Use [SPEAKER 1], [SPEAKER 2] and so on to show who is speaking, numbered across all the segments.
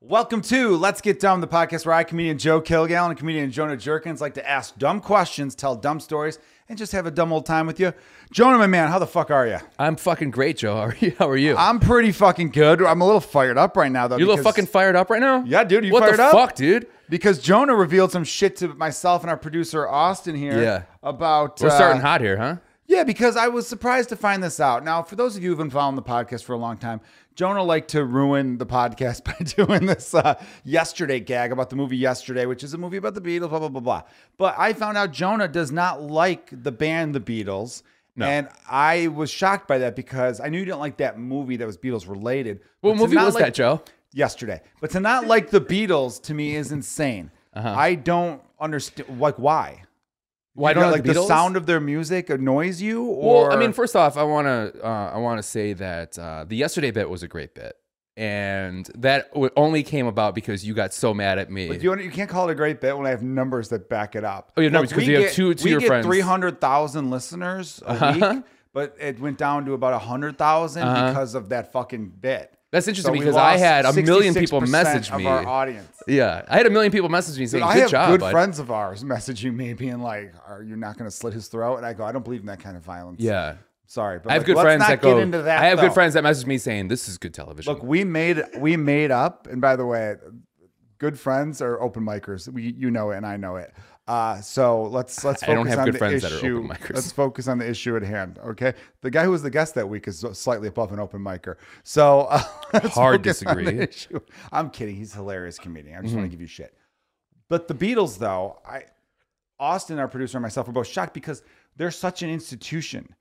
[SPEAKER 1] Welcome to Let's Get Dumb, the podcast where I, comedian Joe Kilgallen, and comedian Jonah Jerkins like to ask dumb questions, tell dumb stories, and just have a dumb old time with you. Jonah, my man, how the fuck are you?
[SPEAKER 2] I'm fucking great, Joe. How are you? How are you?
[SPEAKER 1] I'm pretty fucking good. I'm a little fired up right now, though.
[SPEAKER 2] you a little
[SPEAKER 1] because-
[SPEAKER 2] fucking fired up right now?
[SPEAKER 1] Yeah, dude, you
[SPEAKER 2] what
[SPEAKER 1] fired
[SPEAKER 2] the
[SPEAKER 1] up?
[SPEAKER 2] fuck, dude?
[SPEAKER 1] Because Jonah revealed some shit to myself and our producer Austin here
[SPEAKER 2] Yeah.
[SPEAKER 1] about
[SPEAKER 2] We're
[SPEAKER 1] uh,
[SPEAKER 2] starting hot here, huh?
[SPEAKER 1] Yeah, because I was surprised to find this out. Now, for those of you who've been following the podcast for a long time, Jonah liked to ruin the podcast by doing this uh, yesterday gag about the movie Yesterday, which is a movie about the Beatles, blah, blah, blah, blah. But I found out Jonah does not like the band The Beatles. And I was shocked by that because I knew you didn't like that movie that was Beatles related.
[SPEAKER 2] What
[SPEAKER 1] But to
[SPEAKER 2] movie
[SPEAKER 1] not
[SPEAKER 2] was
[SPEAKER 1] like-
[SPEAKER 2] that, Joe?
[SPEAKER 1] Yesterday. But to not like the Beatles to me is insane.
[SPEAKER 2] Uh-huh.
[SPEAKER 1] I don't understand, like, why?
[SPEAKER 2] Why
[SPEAKER 1] You know,
[SPEAKER 2] I
[SPEAKER 1] like the sound of their music annoys you? Or
[SPEAKER 2] Well, I mean, first off, I want to uh, I want to say that uh, the yesterday bit was a great bit, and that w- only came about because you got so mad at me.
[SPEAKER 1] Do you, want- you can't call it a great bit when I have numbers that back it up.
[SPEAKER 2] Oh, yeah, no,
[SPEAKER 1] Like,
[SPEAKER 2] because
[SPEAKER 1] we
[SPEAKER 2] you have
[SPEAKER 1] get-
[SPEAKER 2] two- two
[SPEAKER 1] we
[SPEAKER 2] of your
[SPEAKER 1] get
[SPEAKER 2] friends. Uh-huh.
[SPEAKER 1] 300,000 listeners a week, but it went down to about 100,000 because of that fucking bit.
[SPEAKER 2] That's interesting
[SPEAKER 1] we
[SPEAKER 2] because I
[SPEAKER 1] lost
[SPEAKER 2] had a million people
[SPEAKER 1] 66%
[SPEAKER 2] message
[SPEAKER 1] of
[SPEAKER 2] me.
[SPEAKER 1] our audience.
[SPEAKER 2] yeah, I had a million people message me saying,
[SPEAKER 1] I
[SPEAKER 2] "Good
[SPEAKER 1] have
[SPEAKER 2] job,
[SPEAKER 1] good
[SPEAKER 2] bud."
[SPEAKER 1] friends of ours messaging me being like, "Are you not going to slit his throat?" And I go, "I don't believe in that kind of violence."
[SPEAKER 2] Yeah,
[SPEAKER 1] sorry, but
[SPEAKER 2] I have
[SPEAKER 1] like,
[SPEAKER 2] good
[SPEAKER 1] let's
[SPEAKER 2] friends
[SPEAKER 1] not
[SPEAKER 2] that go.
[SPEAKER 1] get into that.
[SPEAKER 2] I have
[SPEAKER 1] though.
[SPEAKER 2] good friends that message me saying, "This is good television."
[SPEAKER 1] Look, we made we made up, and by the way, good friends are open micers. We you know it, and I know it. Uh, so let's let's
[SPEAKER 2] I
[SPEAKER 1] focus
[SPEAKER 2] don't have
[SPEAKER 1] on
[SPEAKER 2] good
[SPEAKER 1] the
[SPEAKER 2] friends that are
[SPEAKER 1] issue.
[SPEAKER 2] open micers.
[SPEAKER 1] Let's focus on the issue at hand. Okay, the guy who was the guest that week is slightly above an open micer. So uh, let's
[SPEAKER 2] Hard
[SPEAKER 1] focus on the
[SPEAKER 2] disagree. Mm-hmm.
[SPEAKER 1] issue. I'm kidding. He's a hilarious comedian. I just want to give you shit. But the Beatles, though, I Austin, our producer, and myself were both shocked because they're such an institution.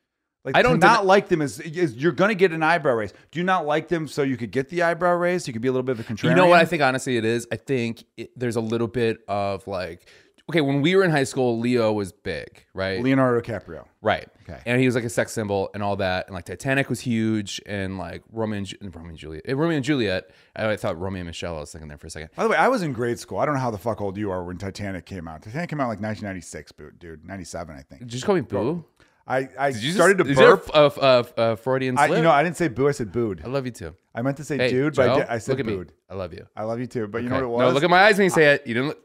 [SPEAKER 1] Like
[SPEAKER 2] I
[SPEAKER 1] I don't
[SPEAKER 2] don't
[SPEAKER 1] not
[SPEAKER 2] deny-
[SPEAKER 1] like them is, is you're gonna get an eyebrow raise. Do you not like them so you could get the eyebrow raise? You could be a little bit of a contrarian.
[SPEAKER 2] You know what I think? Honestly, it is. I think it, there's a little bit of like, okay, when we were in high school, Leo was big, right?
[SPEAKER 1] Leonardo DiCaprio.
[SPEAKER 2] Right.
[SPEAKER 1] Okay.
[SPEAKER 2] And he was like a sex symbol and all that. And like Titanic was huge and like Romeo and, Ju- Romeo and Juliet. eh, Romeo and Juliet. I, I thought Romeo and Michelle. I was thinking there for a second.
[SPEAKER 1] By the way, I was in grade school. I don't know how the fuck old you are when Titanic came out. Titanic came out like 1996, boot- dude, 97, I think.
[SPEAKER 2] Did you just call me boo?
[SPEAKER 1] I I
[SPEAKER 2] Did you
[SPEAKER 1] started
[SPEAKER 2] just,
[SPEAKER 1] to
[SPEAKER 2] is there
[SPEAKER 1] burp.
[SPEAKER 2] a, a- a- a Freudian
[SPEAKER 1] I,
[SPEAKER 2] slip?
[SPEAKER 1] you know, I didn't say boo. I said booed.
[SPEAKER 2] I love you too.
[SPEAKER 1] I meant to say
[SPEAKER 2] Hey,
[SPEAKER 1] dude, but I,
[SPEAKER 2] Joe,
[SPEAKER 1] did, I said
[SPEAKER 2] look at me.
[SPEAKER 1] booed.
[SPEAKER 2] I love you.
[SPEAKER 1] I love you too. But you know
[SPEAKER 2] Okay.
[SPEAKER 1] what it was?
[SPEAKER 2] No, look at my eyes when you say it. You didn't look,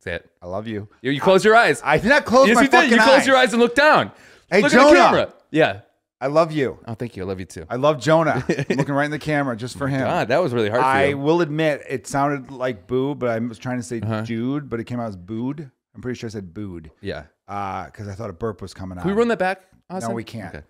[SPEAKER 2] say it.
[SPEAKER 1] I love you.
[SPEAKER 2] You, you close your eyes.
[SPEAKER 1] I did not close
[SPEAKER 2] yes,
[SPEAKER 1] my
[SPEAKER 2] you
[SPEAKER 1] fucking
[SPEAKER 2] did. You closed
[SPEAKER 1] eyes.
[SPEAKER 2] your eyes and looked down.
[SPEAKER 1] Hey,
[SPEAKER 2] look
[SPEAKER 1] Jonah.
[SPEAKER 2] at the camera. Yeah.
[SPEAKER 1] I love you.
[SPEAKER 2] Oh, thank you. I love you too.
[SPEAKER 1] I love Jonah. I'm looking right in the camera just for him.
[SPEAKER 2] God, that was really hard for
[SPEAKER 1] I
[SPEAKER 2] you.
[SPEAKER 1] will admit it sounded like boo, but I was trying to say Jude, but it came out as booed. I'm pretty sure I said booed
[SPEAKER 2] Uh-huh. Yeah.
[SPEAKER 1] because I thought a burp was coming out.
[SPEAKER 2] Can we run that back?
[SPEAKER 1] No,
[SPEAKER 2] Austin?
[SPEAKER 1] we can't.
[SPEAKER 2] Okay.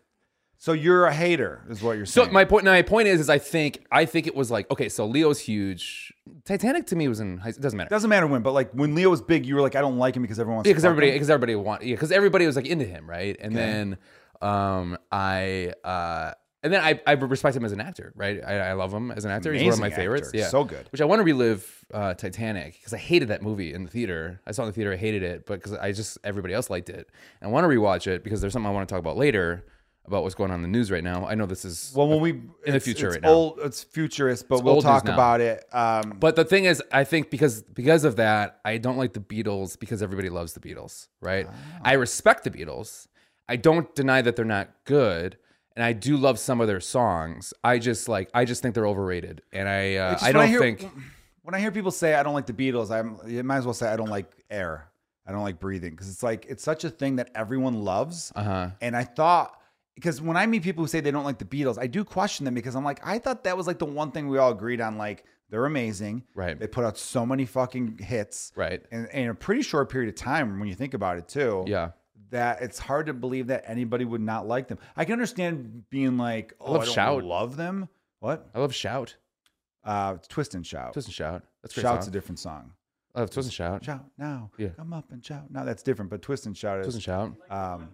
[SPEAKER 1] So you're a hater, is what you're
[SPEAKER 2] So
[SPEAKER 1] saying.
[SPEAKER 2] my point, my point is, is I think, I think it was like, okay, so Leo's huge. Titanic to me was in high. It doesn't matter.
[SPEAKER 1] doesn't matter when, but like when Leo was big, you were like, I don't like him because everyone wants
[SPEAKER 2] yeah,
[SPEAKER 1] to
[SPEAKER 2] because
[SPEAKER 1] fuck
[SPEAKER 2] everybody,
[SPEAKER 1] him.
[SPEAKER 2] because everybody want, yeah, because everybody was like into him, right? And then, um, I, uh, and then I, I respect him as an actor, right? I, I love him as an actor. He's
[SPEAKER 1] Amazing
[SPEAKER 2] one of my favorites.
[SPEAKER 1] actor.
[SPEAKER 2] Yeah,
[SPEAKER 1] So good.
[SPEAKER 2] Which I want to relive uh, Titanic because I hated that movie in the theater. I saw it in the theater, I hated it, but because I just everybody else liked it, and I want to rewatch it because there's something I want to talk about later about what's going on in the news right now. I know this is
[SPEAKER 1] Well, when we in
[SPEAKER 2] the future
[SPEAKER 1] it's
[SPEAKER 2] right now.
[SPEAKER 1] old, it's futurist, but we'll
[SPEAKER 2] old news
[SPEAKER 1] talk
[SPEAKER 2] now.
[SPEAKER 1] about it. Um,
[SPEAKER 2] But the thing is, I think because because of that, I don't like the Beatles because everybody loves the Beatles, right?
[SPEAKER 1] Ah.
[SPEAKER 2] I respect the Beatles. I don't deny that they're not good, and I do love some of their songs. I just like I just think they're overrated, and I uh,
[SPEAKER 1] just
[SPEAKER 2] I
[SPEAKER 1] when
[SPEAKER 2] don't
[SPEAKER 1] hear-
[SPEAKER 2] think
[SPEAKER 1] when I hear people say I don't like the Beatles, I'm you might as well say I don't like air. I don't like breathing because it's like it's such a thing that everyone loves.
[SPEAKER 2] Uh-huh.
[SPEAKER 1] And I thought because when I meet people who say they don't like the Beatles, I do question them because I'm like I thought that was like the one thing we all agreed on. Like they're amazing.
[SPEAKER 2] Right.
[SPEAKER 1] They put out so many fucking hits.
[SPEAKER 2] Right.
[SPEAKER 1] And in a pretty short period of time when you think about it too.
[SPEAKER 2] yeah.
[SPEAKER 1] That it's hard to believe that anybody would not like them. I can understand being like, oh, I,
[SPEAKER 2] love
[SPEAKER 1] don't
[SPEAKER 2] Shout.
[SPEAKER 1] love them. What?
[SPEAKER 2] I love shout,
[SPEAKER 1] Uh, it's twist and shout.
[SPEAKER 2] twist and shout. That's a great.
[SPEAKER 1] Shout's
[SPEAKER 2] song.
[SPEAKER 1] a different song.
[SPEAKER 2] I love twist and shout,
[SPEAKER 1] Shout now,
[SPEAKER 2] Yeah.
[SPEAKER 1] come up and shout. Now that's different, but twist and shout is.
[SPEAKER 2] twist and shout.
[SPEAKER 1] um,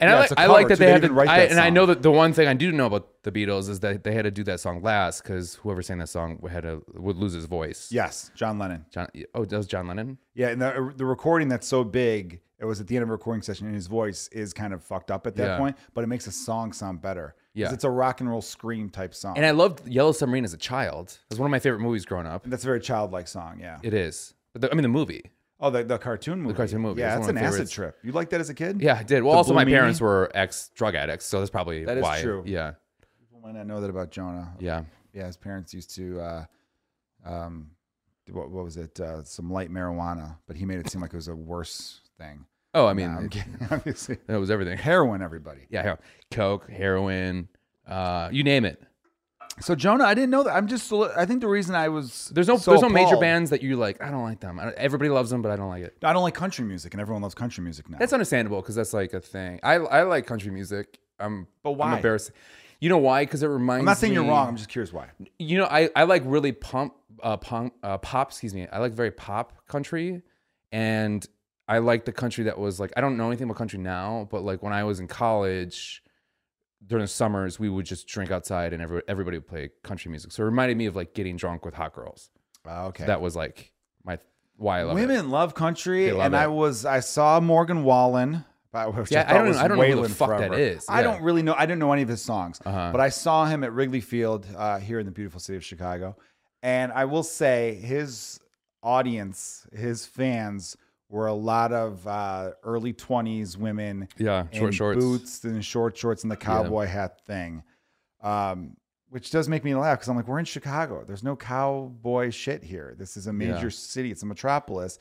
[SPEAKER 2] And
[SPEAKER 1] Yeah,
[SPEAKER 2] I
[SPEAKER 1] it's
[SPEAKER 2] like,
[SPEAKER 1] a
[SPEAKER 2] I
[SPEAKER 1] cover,
[SPEAKER 2] like that
[SPEAKER 1] so
[SPEAKER 2] they
[SPEAKER 1] they
[SPEAKER 2] had to
[SPEAKER 1] didn't write
[SPEAKER 2] I,
[SPEAKER 1] that
[SPEAKER 2] and I
[SPEAKER 1] song.
[SPEAKER 2] know that the one thing I do know about the Beatles is that they had to do that song last because whoever sang that song had to would lose his voice.
[SPEAKER 1] yes, John Lennon.
[SPEAKER 2] John, oh, that was John Lennon.
[SPEAKER 1] Yeah, and the, uh, the recording that's so big, it was at the end of a recording session, and his voice is kind of fucked up at that
[SPEAKER 2] Yeah.
[SPEAKER 1] point, but it makes a song sound better. 'Cause
[SPEAKER 2] Yeah.
[SPEAKER 1] it's a rock and roll scream type song.
[SPEAKER 2] And I loved Yellow Submarine as a child. It was one of my favorite movies growing up.
[SPEAKER 1] And that's a very childlike song. Yeah.
[SPEAKER 2] It is. But the, I mean, the movie.
[SPEAKER 1] oh, the, the cartoon movie. The
[SPEAKER 2] cartoon movie
[SPEAKER 1] Yeah,
[SPEAKER 2] is
[SPEAKER 1] that's
[SPEAKER 2] one
[SPEAKER 1] an
[SPEAKER 2] of my
[SPEAKER 1] acid
[SPEAKER 2] favorites.
[SPEAKER 1] trip. You liked that as a kid?
[SPEAKER 2] Yeah, I did. Well, also,
[SPEAKER 1] Blue
[SPEAKER 2] my
[SPEAKER 1] Meanie?
[SPEAKER 2] parents were ex drug addicts, so that's probably
[SPEAKER 1] That is
[SPEAKER 2] why.
[SPEAKER 1] true.
[SPEAKER 2] Yeah.
[SPEAKER 1] People might not know that about Jonah.
[SPEAKER 2] Yeah.
[SPEAKER 1] Yeah, his parents used to uh, um, what, what was it? Uh, some light marijuana, but he made it seem like it was a worse thing.
[SPEAKER 2] Oh, I mean,
[SPEAKER 1] Nah, I'm
[SPEAKER 2] it,
[SPEAKER 1] kidding, obviously.
[SPEAKER 2] it was everything.
[SPEAKER 1] Heroin, everybody.
[SPEAKER 2] Yeah, hero- coke, heroin, uh, you name it.
[SPEAKER 1] So Jonah, I didn't know that. I'm just. I think the reason I was
[SPEAKER 2] There's no
[SPEAKER 1] so
[SPEAKER 2] there's no major
[SPEAKER 1] appalled-
[SPEAKER 2] bands that you like. I don't like them. I don't, everybody loves them, but I don't like it.
[SPEAKER 1] I don't like country music, and everyone loves country music now.
[SPEAKER 2] That's understandable because that's like a thing. I I like country music. I'm
[SPEAKER 1] But
[SPEAKER 2] I'm
[SPEAKER 1] why?
[SPEAKER 2] embarrassed. You know why? Because it reminds.
[SPEAKER 1] I'm not saying you're
[SPEAKER 2] me-
[SPEAKER 1] wrong. I'm just curious why.
[SPEAKER 2] You know, I, I like really pump uh, punk uh, pop. Excuse me. I like very pop country, and I like the country that was like I don't know anything about country now, but like when I was in college. During the summers, we would just drink outside, and every, everybody would play country music. So it reminded me of like getting drunk with hot girls.
[SPEAKER 1] Ah, okay.
[SPEAKER 2] That was like my why I love it.
[SPEAKER 1] Women love country,
[SPEAKER 2] They love
[SPEAKER 1] and
[SPEAKER 2] it.
[SPEAKER 1] I was I saw Morgan Wallen. uh, Which
[SPEAKER 2] Yeah, I
[SPEAKER 1] I, thought
[SPEAKER 2] don't-
[SPEAKER 1] was
[SPEAKER 2] I don't know who the
[SPEAKER 1] Waylon
[SPEAKER 2] fuck that
[SPEAKER 1] Forever.
[SPEAKER 2] is.
[SPEAKER 1] I
[SPEAKER 2] Yeah.
[SPEAKER 1] don't really know. I didn't know any of his songs,
[SPEAKER 2] Uh-huh.
[SPEAKER 1] but I saw him at Wrigley Field uh, here in the beautiful city of Chicago, and I will say his audience, his fans, were a lot of uh, early twenties women
[SPEAKER 2] Yeah,
[SPEAKER 1] in
[SPEAKER 2] short shorts.
[SPEAKER 1] boots and short shorts and the cowboy hat thing, um, which does make me laugh because I'm like, we're in Chicago. There's no cowboy shit here. This is a
[SPEAKER 2] Yeah.
[SPEAKER 1] major city. It's a metropolis.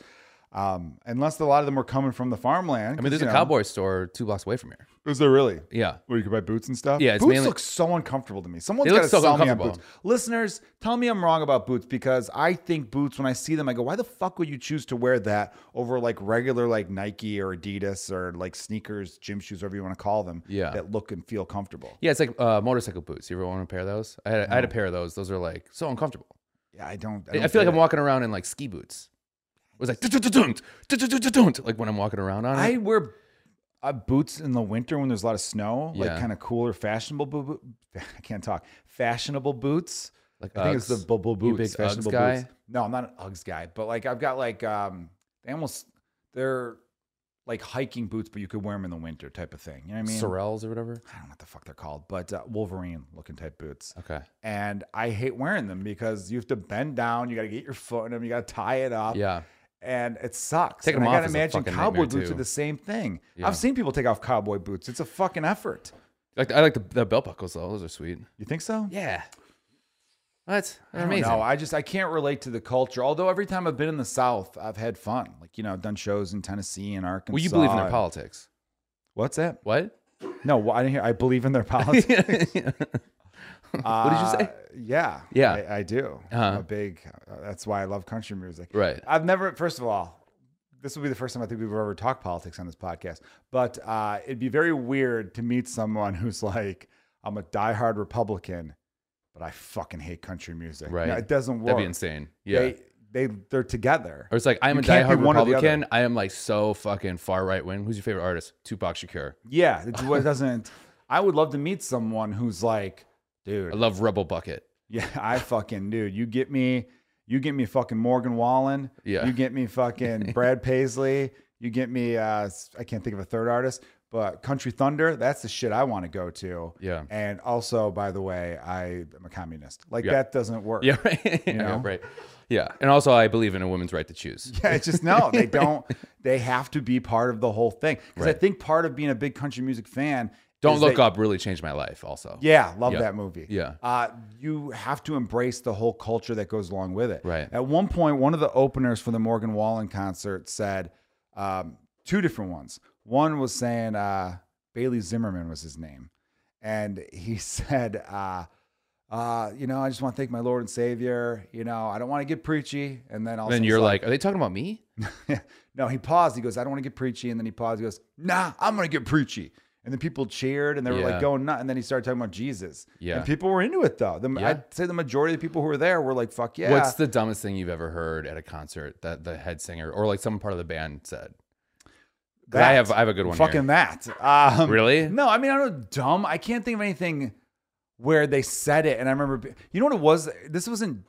[SPEAKER 1] Um, unless a lot of them were coming from the farmland.
[SPEAKER 2] I mean,
[SPEAKER 1] 'cause,
[SPEAKER 2] there's
[SPEAKER 1] you
[SPEAKER 2] a
[SPEAKER 1] know-
[SPEAKER 2] cowboy store two blocks away from here.
[SPEAKER 1] Is there really?
[SPEAKER 2] Yeah.
[SPEAKER 1] Where you could buy boots and stuff.
[SPEAKER 2] Yeah, it's
[SPEAKER 1] boots
[SPEAKER 2] mainly-
[SPEAKER 1] look so uncomfortable to me. Someone's
[SPEAKER 2] They look
[SPEAKER 1] got to
[SPEAKER 2] so
[SPEAKER 1] sell me on boots.
[SPEAKER 2] uncomfortable.
[SPEAKER 1] Listeners, tell me I'm wrong about boots because I think boots. When I see them, I go, "Why the fuck would you choose to wear that over like regular like Nike or Adidas or like sneakers, gym shoes, whatever you want to call them?
[SPEAKER 2] Yeah.
[SPEAKER 1] that look and feel comfortable."
[SPEAKER 2] Yeah, it's like uh, motorcycle boots. You ever want a pair of those? I had, I had a pair of those. Those are like so uncomfortable.
[SPEAKER 1] Yeah, I don't.
[SPEAKER 2] I,
[SPEAKER 1] don't
[SPEAKER 2] feel like
[SPEAKER 1] get
[SPEAKER 2] I'm
[SPEAKER 1] it.
[SPEAKER 2] walking around in like ski boots. It was like "Dun-dun-dun-dun, dun-dun-dun-dun-dun," like when I'm walking around on it.
[SPEAKER 1] I wear uh, boots in the winter when there's a lot of snow,
[SPEAKER 2] Yeah.
[SPEAKER 1] like kind of cooler, fashionable. Boo- boo- I can't talk. Fashionable boots.
[SPEAKER 2] Like uh,
[SPEAKER 1] I think it's the
[SPEAKER 2] Uggs.
[SPEAKER 1] bubble
[SPEAKER 2] You
[SPEAKER 1] boots.
[SPEAKER 2] big Uggs
[SPEAKER 1] fashionable
[SPEAKER 2] guy?
[SPEAKER 1] boots. No, I'm not an Uggs guy, but like I've got like um, they almost they're like hiking boots, but you could wear them in the winter type of thing. You know what I mean?
[SPEAKER 2] Sorels or whatever.
[SPEAKER 1] I don't know what the fuck they're called, but uh, Wolverine looking type boots.
[SPEAKER 2] Okay.
[SPEAKER 1] And I hate wearing them because you have to bend down, you got to get your foot in them, you got to tie it up
[SPEAKER 2] Yeah.
[SPEAKER 1] and it sucks.
[SPEAKER 2] Taking
[SPEAKER 1] and
[SPEAKER 2] them
[SPEAKER 1] I
[SPEAKER 2] off
[SPEAKER 1] gotta
[SPEAKER 2] is a
[SPEAKER 1] imagine
[SPEAKER 2] fucking
[SPEAKER 1] cowboy
[SPEAKER 2] nightmare,
[SPEAKER 1] boots
[SPEAKER 2] too.
[SPEAKER 1] are the same thing.
[SPEAKER 2] Yeah.
[SPEAKER 1] I've seen people take off cowboy boots. It's a fucking effort.
[SPEAKER 2] Like I like the, the belt buckles though. Those are sweet.
[SPEAKER 1] You think so?
[SPEAKER 2] Yeah. That's
[SPEAKER 1] I
[SPEAKER 2] amazing.
[SPEAKER 1] No, I just I can't relate to the culture. Although every time I've been in the South, I've had fun. Like you know, I've done shows in Tennessee and Arkansas.
[SPEAKER 2] well, you believe in their
[SPEAKER 1] and-
[SPEAKER 2] politics.
[SPEAKER 1] What's that?
[SPEAKER 2] What?
[SPEAKER 1] No, wh- I didn't hear. I believe in their politics.
[SPEAKER 2] what did you say?
[SPEAKER 1] Yeah,
[SPEAKER 2] Yeah.
[SPEAKER 1] I, I do. I'm
[SPEAKER 2] Uh-huh.
[SPEAKER 1] a big. Uh, that's why I love country music.
[SPEAKER 2] Right.
[SPEAKER 1] I've never, first of all, this will be the first time I think we've ever talked politics on this podcast, but uh, it'd be very weird to meet someone who's like, I'm a diehard Republican, but I fucking hate country music. No,
[SPEAKER 2] Right.
[SPEAKER 1] it doesn't work.
[SPEAKER 2] That'd be insane. Yeah.
[SPEAKER 1] They, they, they're together.
[SPEAKER 2] Or it's like I'm
[SPEAKER 1] You
[SPEAKER 2] a
[SPEAKER 1] can't be
[SPEAKER 2] diehard
[SPEAKER 1] one or the other.
[SPEAKER 2] Republican. I am like so fucking far right wing. Who's your favorite artist? Tupac Shakur.
[SPEAKER 1] Yeah. It do- it doesn't. I would love to meet someone who's like,
[SPEAKER 2] I
[SPEAKER 1] dude,
[SPEAKER 2] love Rebel Bucket.
[SPEAKER 1] yeah, I fucking, dude, you get me, you get me fucking Morgan Wallen.
[SPEAKER 2] Yeah.
[SPEAKER 1] You get me fucking Brad Paisley. You get me. Uh, I can't think of a third artist, but Country Thunder. That's the shit I want to go to.
[SPEAKER 2] Yeah.
[SPEAKER 1] And also, by the way, I am a communist. Like
[SPEAKER 2] Yeah.
[SPEAKER 1] that doesn't work.
[SPEAKER 2] Yeah, right. yeah,
[SPEAKER 1] know?
[SPEAKER 2] right. Yeah. And also I believe in a woman's right to choose.
[SPEAKER 1] Yeah, it's just no. They don't. They have to be part of the whole thing because I
[SPEAKER 2] Right.
[SPEAKER 1] think part of being a big country music fan.
[SPEAKER 2] Don't
[SPEAKER 1] is
[SPEAKER 2] look
[SPEAKER 1] that-
[SPEAKER 2] up really changed my life also.
[SPEAKER 1] Yeah, love
[SPEAKER 2] Yeah.
[SPEAKER 1] that movie.
[SPEAKER 2] Yeah.
[SPEAKER 1] Uh, you have to embrace the whole culture that goes along with it.
[SPEAKER 2] Right.
[SPEAKER 1] At one point, one of the openers for the Morgan Wallen concert said um, two different ones. One was saying uh, Bailey Zimmerman was his name. And he said, uh, uh, you know, I just want to thank my Lord and Savior. You know, I don't want to get preachy. And then also,
[SPEAKER 2] Then
[SPEAKER 1] was
[SPEAKER 2] you're like, are they talking about me?
[SPEAKER 1] no, he paused. He goes, I don't want to get preachy. And then he paused. He goes, Nah, I'm going to get preachy. And then people cheered and they were
[SPEAKER 2] Yeah.
[SPEAKER 1] like going nuts. And then he started talking about Jesus.
[SPEAKER 2] Yeah.
[SPEAKER 1] And people were into it though. The,
[SPEAKER 2] Yeah.
[SPEAKER 1] I'd say the majority of the people who were there were like, fuck yeah.
[SPEAKER 2] What's the dumbest thing you've ever heard at a concert that the head singer or like some part of the band said? 'Cause I
[SPEAKER 1] That.
[SPEAKER 2] have I have a good one. here.
[SPEAKER 1] Fucking that. Um,
[SPEAKER 2] Really?
[SPEAKER 1] No, I mean, I don't know, dumb. I can't think of anything where they said it. And I remember, be- you know what it was? This wasn't,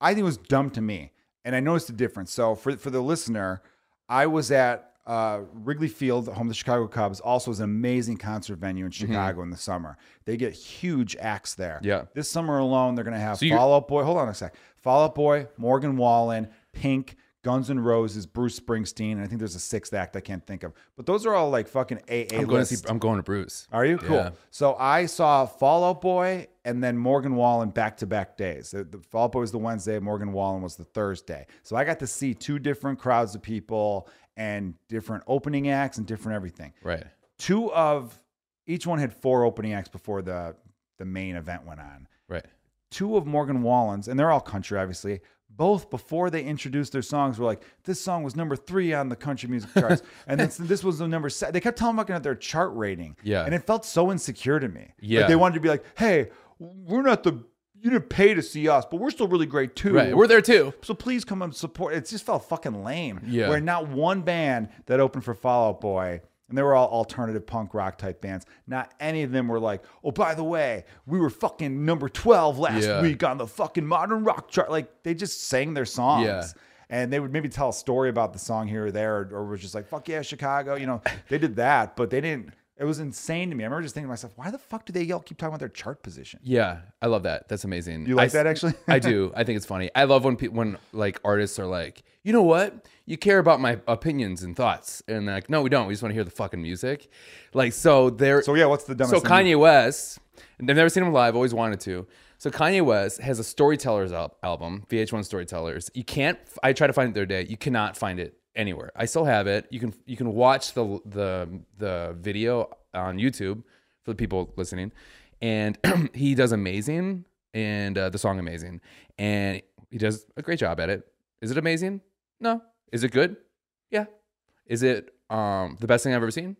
[SPEAKER 1] I think it was dumb to me. And I noticed a difference. So for, for the listener, I was at uh, Wrigley Field, home of the Chicago Cubs, also is an amazing concert venue in Chicago in the summer. They get huge acts there.
[SPEAKER 2] Mm-hmm. Yeah.
[SPEAKER 1] This summer alone, they're going to have
[SPEAKER 2] So you-
[SPEAKER 1] Fall Out Boy. Hold on a sec. Fall Out Boy, Morgan Wallen, Pink, Guns N' Roses, Bruce Springsteen, and I think there's a sixth act I can't think of. But those are all like fucking AA
[SPEAKER 2] I'm going to
[SPEAKER 1] list.
[SPEAKER 2] see. I'm going to Bruce.
[SPEAKER 1] Are you cool?
[SPEAKER 2] Yeah.
[SPEAKER 1] So I saw Fall Out Boy and then Morgan Wallen back to back days. The, the Fall Out Boy was the Wednesday, Morgan Wallen was the Thursday. So I got to see two different crowds of people and different opening acts and different everything.
[SPEAKER 2] Right.
[SPEAKER 1] Two of each one had four opening acts before the the main event went on.
[SPEAKER 2] Right.
[SPEAKER 1] Two of Morgan Wallen's, and they're all country, obviously. Both before they introduced their songs were like, this song was number three on the country music charts, and this, this was the number seven. They kept telling looking at their chart rating,
[SPEAKER 2] Yeah.
[SPEAKER 1] and it felt so insecure to me. Like,
[SPEAKER 2] Yeah.
[SPEAKER 1] they wanted to be like, hey, we're not the you didn't pay to see us, but we're still really great too.
[SPEAKER 2] Right. We're there too.
[SPEAKER 1] So please come and support. It just felt fucking lame.
[SPEAKER 2] Yeah.
[SPEAKER 1] Where not one band that opened for Fall Out Boy, and they were all alternative punk rock type bands. Not any of them were like, oh, by the way, we were fucking number 12 last
[SPEAKER 2] Yeah.
[SPEAKER 1] week on the fucking modern rock chart. Like they just sang their songs.
[SPEAKER 2] Yeah.
[SPEAKER 1] And they would maybe tell a story about the song here or there, or, or was just like, fuck yeah, Chicago. You know, they did that, but they didn't. It was insane to me. I remember just thinking to myself, why the fuck do they yell, keep talking about their chart position?
[SPEAKER 2] Yeah, I love that. That's amazing.
[SPEAKER 1] You like
[SPEAKER 2] I,
[SPEAKER 1] that actually?
[SPEAKER 2] I do. I think it's funny. I love when people, when like artists are like, you know what? You care about my opinions and thoughts, and they're like, no, we don't. We just want to hear the fucking music. Like, so they're
[SPEAKER 1] So, yeah, what's the dumbest
[SPEAKER 2] so
[SPEAKER 1] thing?
[SPEAKER 2] Kanye West, and I've never seen him live, always wanted to. So Kanye West has a Storytellers al- album, VH1 Storytellers. You can't. I tried to find it the other day. You cannot find it anywhere. I still have it. You can you can watch the the the video on YouTube for the people listening, and he does amazing and uh, the song amazing, and he does a great job at it. Is it amazing? No. Is it good? Yeah. Is it um the best thing I've ever seen?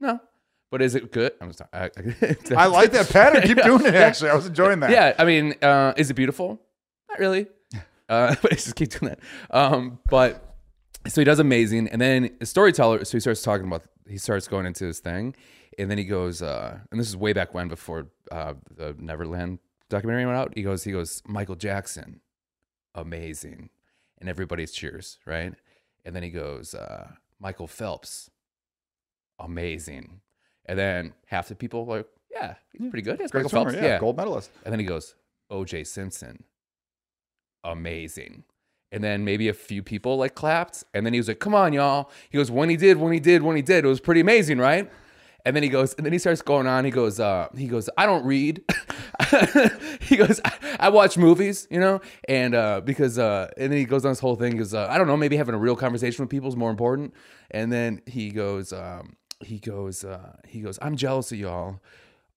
[SPEAKER 2] No. But is it good? I'm sorry. I, I-
[SPEAKER 1] I like that pattern. Keep
[SPEAKER 2] Yeah.
[SPEAKER 1] doing it, actually. I was enjoying that.
[SPEAKER 2] Yeah, I mean, uh, is it beautiful? Not really. Uh, but I just keep doing that. Um, but so he does amazing, and then the storyteller. So he starts talking about. He starts going into his thing, and then he goes. Uh, and this is way back when, before uh, the Neverland documentary went out. He goes. He goes. Michael Jackson, amazing, and everybody's cheers, right? And then he goes. Uh, Michael Phelps, amazing, and then half the people are like, yeah, he's pretty good. That's
[SPEAKER 1] Great
[SPEAKER 2] Michael
[SPEAKER 1] swimmer,
[SPEAKER 2] Phelps,
[SPEAKER 1] yeah, gold medalist.
[SPEAKER 2] and then he goes, OJ Simpson. Amazing. And then maybe a few people like clapped. And then he was like, come on, y'all. He goes, when he did, when he did, when he did, it was pretty amazing, right? And then he goes, and then he starts going on. He goes, uh, he goes, I don't read. he goes, I, I watch movies, you know, and uh, because, uh, and then he goes on this whole thing. He goes, uh, I don't know, maybe having a real conversation with people is more important. And then he goes, um, he goes, uh, he goes, I'm jealous of y'all.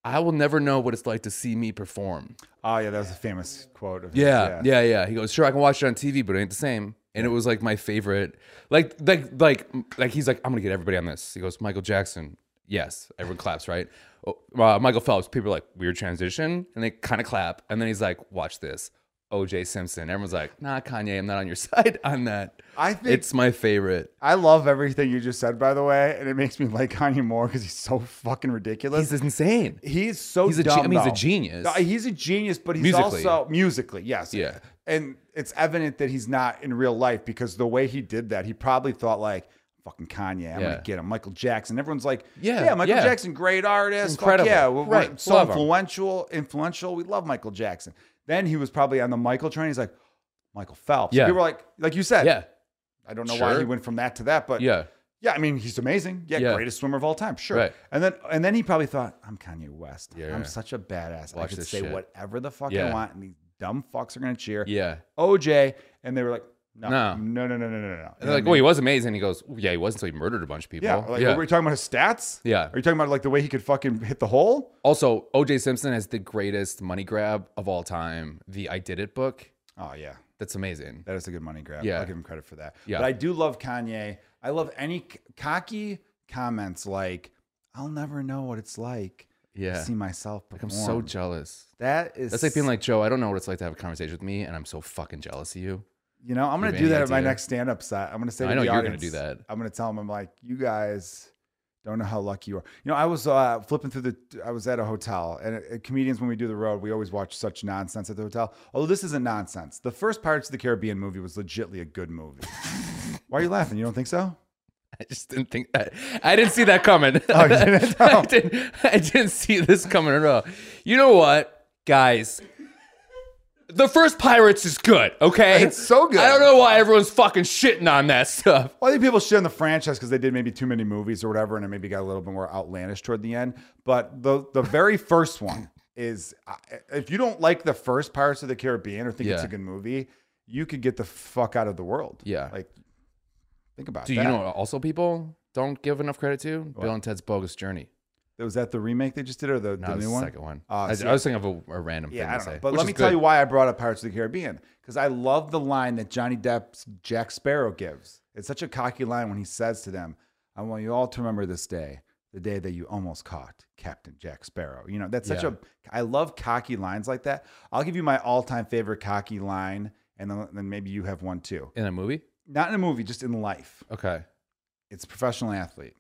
[SPEAKER 2] I will never know what it's like to see me perform.
[SPEAKER 1] Oh yeah, that was a famous quote. Of his,
[SPEAKER 2] Yeah, yeah, yeah. He goes, sure, I can watch it on TV, but it ain't the same. And it was like my favorite, like, like, like, like he's like, I'm gonna get everybody on this. He goes, Michael Jackson, yes, everyone claps, right? Oh, uh, Michael Phelps, people are like, weird transition, and they kind of clap, and then he's like, watch this, O.J. Simpson. Everyone's like, nah, Kanye, I'm not on your side on that.
[SPEAKER 1] I think
[SPEAKER 2] It's my favorite.
[SPEAKER 1] I love everything you just said, by the way, and it makes me like Kanye more because he's so fucking ridiculous.
[SPEAKER 2] He's insane.
[SPEAKER 1] He's, so
[SPEAKER 2] He's a ge-
[SPEAKER 1] dumb.
[SPEAKER 2] I mean, he's a
[SPEAKER 1] though.
[SPEAKER 2] genius.
[SPEAKER 1] Uh, He's a genius, but he's
[SPEAKER 2] Musically.
[SPEAKER 1] also musically, yes,
[SPEAKER 2] Yeah.
[SPEAKER 1] And it's evident that he's not in real life because the way he did that, he probably thought like. Fucking Kanye, I'm
[SPEAKER 2] Yeah.
[SPEAKER 1] gonna get him. Michael Jackson. Everyone's like,
[SPEAKER 2] Yeah,
[SPEAKER 1] yeah, Michael
[SPEAKER 2] yeah.
[SPEAKER 1] Jackson, great artist. Fuck
[SPEAKER 2] Incredible.
[SPEAKER 1] yeah, we're,
[SPEAKER 2] Right.
[SPEAKER 1] we're so
[SPEAKER 2] Love him.
[SPEAKER 1] influential, influential. We love Michael Jackson. Then he was probably on the Michael train. He's like, Michael Phelps.
[SPEAKER 2] Yeah.
[SPEAKER 1] People were like, like you said,
[SPEAKER 2] Yeah,
[SPEAKER 1] I don't know why
[SPEAKER 2] Sure.
[SPEAKER 1] he went from that to that, but
[SPEAKER 2] yeah,
[SPEAKER 1] yeah, I mean, he's amazing. Yeah,
[SPEAKER 2] Yeah.
[SPEAKER 1] greatest swimmer of all time, sure.
[SPEAKER 2] Right.
[SPEAKER 1] And then and then he probably thought, I'm Kanye West.
[SPEAKER 2] Yeah.
[SPEAKER 1] I'm such a badass. I
[SPEAKER 2] Watch
[SPEAKER 1] could
[SPEAKER 2] this
[SPEAKER 1] say
[SPEAKER 2] shit."
[SPEAKER 1] whatever the fuck I
[SPEAKER 2] Yeah.
[SPEAKER 1] want, and these dumb fucks are gonna cheer.
[SPEAKER 2] yeah.
[SPEAKER 1] OJ, and they were like, no, no,
[SPEAKER 2] No.
[SPEAKER 1] no, no, no, no, no. no.
[SPEAKER 2] And they're like, oh, he was amazing. He goes, yeah, he was until he murdered a bunch of people.
[SPEAKER 1] yeah, like were we talking about his stats?
[SPEAKER 2] Yeah.
[SPEAKER 1] Are you talking about like the way he could fucking hit the hole?
[SPEAKER 2] Also, OJ Simpson has the greatest money grab of all time, the I Did It book.
[SPEAKER 1] Oh yeah.
[SPEAKER 2] That's amazing.
[SPEAKER 1] That is a good money grab.
[SPEAKER 2] Yeah.
[SPEAKER 1] I'll give him credit for that.
[SPEAKER 2] Yeah.
[SPEAKER 1] But I do love Kanye. I love any c- cocky comments like, I'll never know what it's like to
[SPEAKER 2] Yeah.
[SPEAKER 1] see myself
[SPEAKER 2] I'm
[SPEAKER 1] perform.
[SPEAKER 2] so jealous.
[SPEAKER 1] That is
[SPEAKER 2] That's like being like, Joe, I don't know what it's like to have a conversation with me, and I'm so fucking jealous of you.
[SPEAKER 1] you know, I'm gonna
[SPEAKER 2] have
[SPEAKER 1] do
[SPEAKER 2] any
[SPEAKER 1] that at my
[SPEAKER 2] idea.
[SPEAKER 1] next stand up set. I'm gonna say
[SPEAKER 2] I
[SPEAKER 1] to
[SPEAKER 2] know
[SPEAKER 1] the
[SPEAKER 2] you're gonna
[SPEAKER 1] audience,
[SPEAKER 2] do that.
[SPEAKER 1] I'm gonna tell them I'm like, you guys don't know how lucky you are. You know, I was uh, flipping through the I was at a hotel and uh, comedians when we do the road, we always watch such nonsense at the hotel. Although this isn't nonsense. The first Pirates of the Caribbean movie was legitly a good movie. Why are you laughing? You don't think so?
[SPEAKER 2] I just didn't think that. I didn't see that coming.
[SPEAKER 1] Oh, you didn't?
[SPEAKER 2] I, didn't, I didn't see this coming at all. You know what, guys? The first Pirates is good, okay?
[SPEAKER 1] It's so good.
[SPEAKER 2] I don't know why everyone's fucking shitting on that stuff.
[SPEAKER 1] Well, I think people shit on the franchise because they did maybe too many movies or whatever, and it maybe got a little bit more outlandish toward the end. But the the very first one is I- if you don't like the first Pirates of the Caribbean or think it's
[SPEAKER 2] Yeah.
[SPEAKER 1] a good movie, you could get the fuck out of the world.
[SPEAKER 2] Yeah.
[SPEAKER 1] like think about
[SPEAKER 2] Do
[SPEAKER 1] that.
[SPEAKER 2] you know what also people don't give enough credit to? Bill and Ted's Bogus Journey.
[SPEAKER 1] was that the remake they just did or the,
[SPEAKER 2] No,
[SPEAKER 1] the
[SPEAKER 2] it's
[SPEAKER 1] new
[SPEAKER 2] the
[SPEAKER 1] one?
[SPEAKER 2] second one.
[SPEAKER 1] Ah,
[SPEAKER 2] I,
[SPEAKER 1] see,
[SPEAKER 2] I was thinking of a, a random thing
[SPEAKER 1] Yeah, I
[SPEAKER 2] to
[SPEAKER 1] don't
[SPEAKER 2] say.
[SPEAKER 1] know. But
[SPEAKER 2] which
[SPEAKER 1] let
[SPEAKER 2] is
[SPEAKER 1] me
[SPEAKER 2] good.
[SPEAKER 1] tell you why I brought up Pirates of the Caribbean because I love the line that Johnny Depp's Jack Sparrow gives. It's such a cocky line when he says to them, "I want you all to remember this day, the day that you almost caught Captain Jack Sparrow." You know, that's such
[SPEAKER 2] Yeah.
[SPEAKER 1] a. I love cocky lines like that. I'll give you my all-time favorite cocky line, and then, then maybe you have one too.
[SPEAKER 2] in a movie.
[SPEAKER 1] Not in a movie, just in life.
[SPEAKER 2] Okay,
[SPEAKER 1] It's a professional athlete.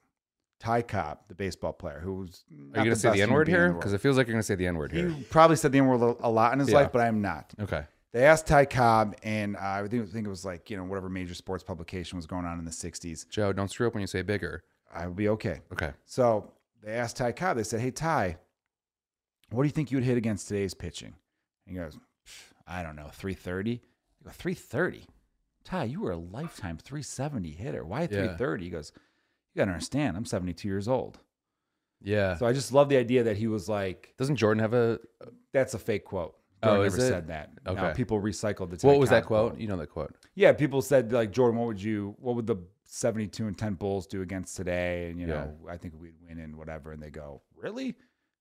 [SPEAKER 1] Ty Cobb, the baseball player, who was
[SPEAKER 2] are you gonna say the N word here? Because it feels like you're gonna say the N word here.
[SPEAKER 1] he probably said the N word a lot in his
[SPEAKER 2] Yeah.
[SPEAKER 1] life, but I am not
[SPEAKER 2] Okay,
[SPEAKER 1] they asked Ty Cobb, and uh, I think, think it was like you know whatever major sports publication was going on in the '60s.
[SPEAKER 2] Joe, don't screw up when you say bigger.
[SPEAKER 1] I would be okay.
[SPEAKER 2] Okay,
[SPEAKER 1] So they asked Ty Cobb. They said, "Hey Ty, what do you think you would hit against today's pitching?" And he goes, "Pff, "I don't know, 330." I go, "330, Ty, you were a lifetime 370 hitter. Why 330?" He goes, "You gotta understand, I'm 72 years old."
[SPEAKER 2] yeah.
[SPEAKER 1] So I just love the idea that he was like,
[SPEAKER 2] Doesn't Jordan have a
[SPEAKER 1] "That's a fake quote."
[SPEAKER 2] Oh,
[SPEAKER 1] I
[SPEAKER 2] is
[SPEAKER 1] never
[SPEAKER 2] it?
[SPEAKER 1] said that. No,
[SPEAKER 2] Okay.
[SPEAKER 1] people recycled the. Ty
[SPEAKER 2] what was that
[SPEAKER 1] Cobb
[SPEAKER 2] quote? You know that quote.
[SPEAKER 1] Yeah, people said like Jordan, what would you, what would the seventy-two and ten Bulls do against today? And you know, I think we'd win and whatever. And they go, really?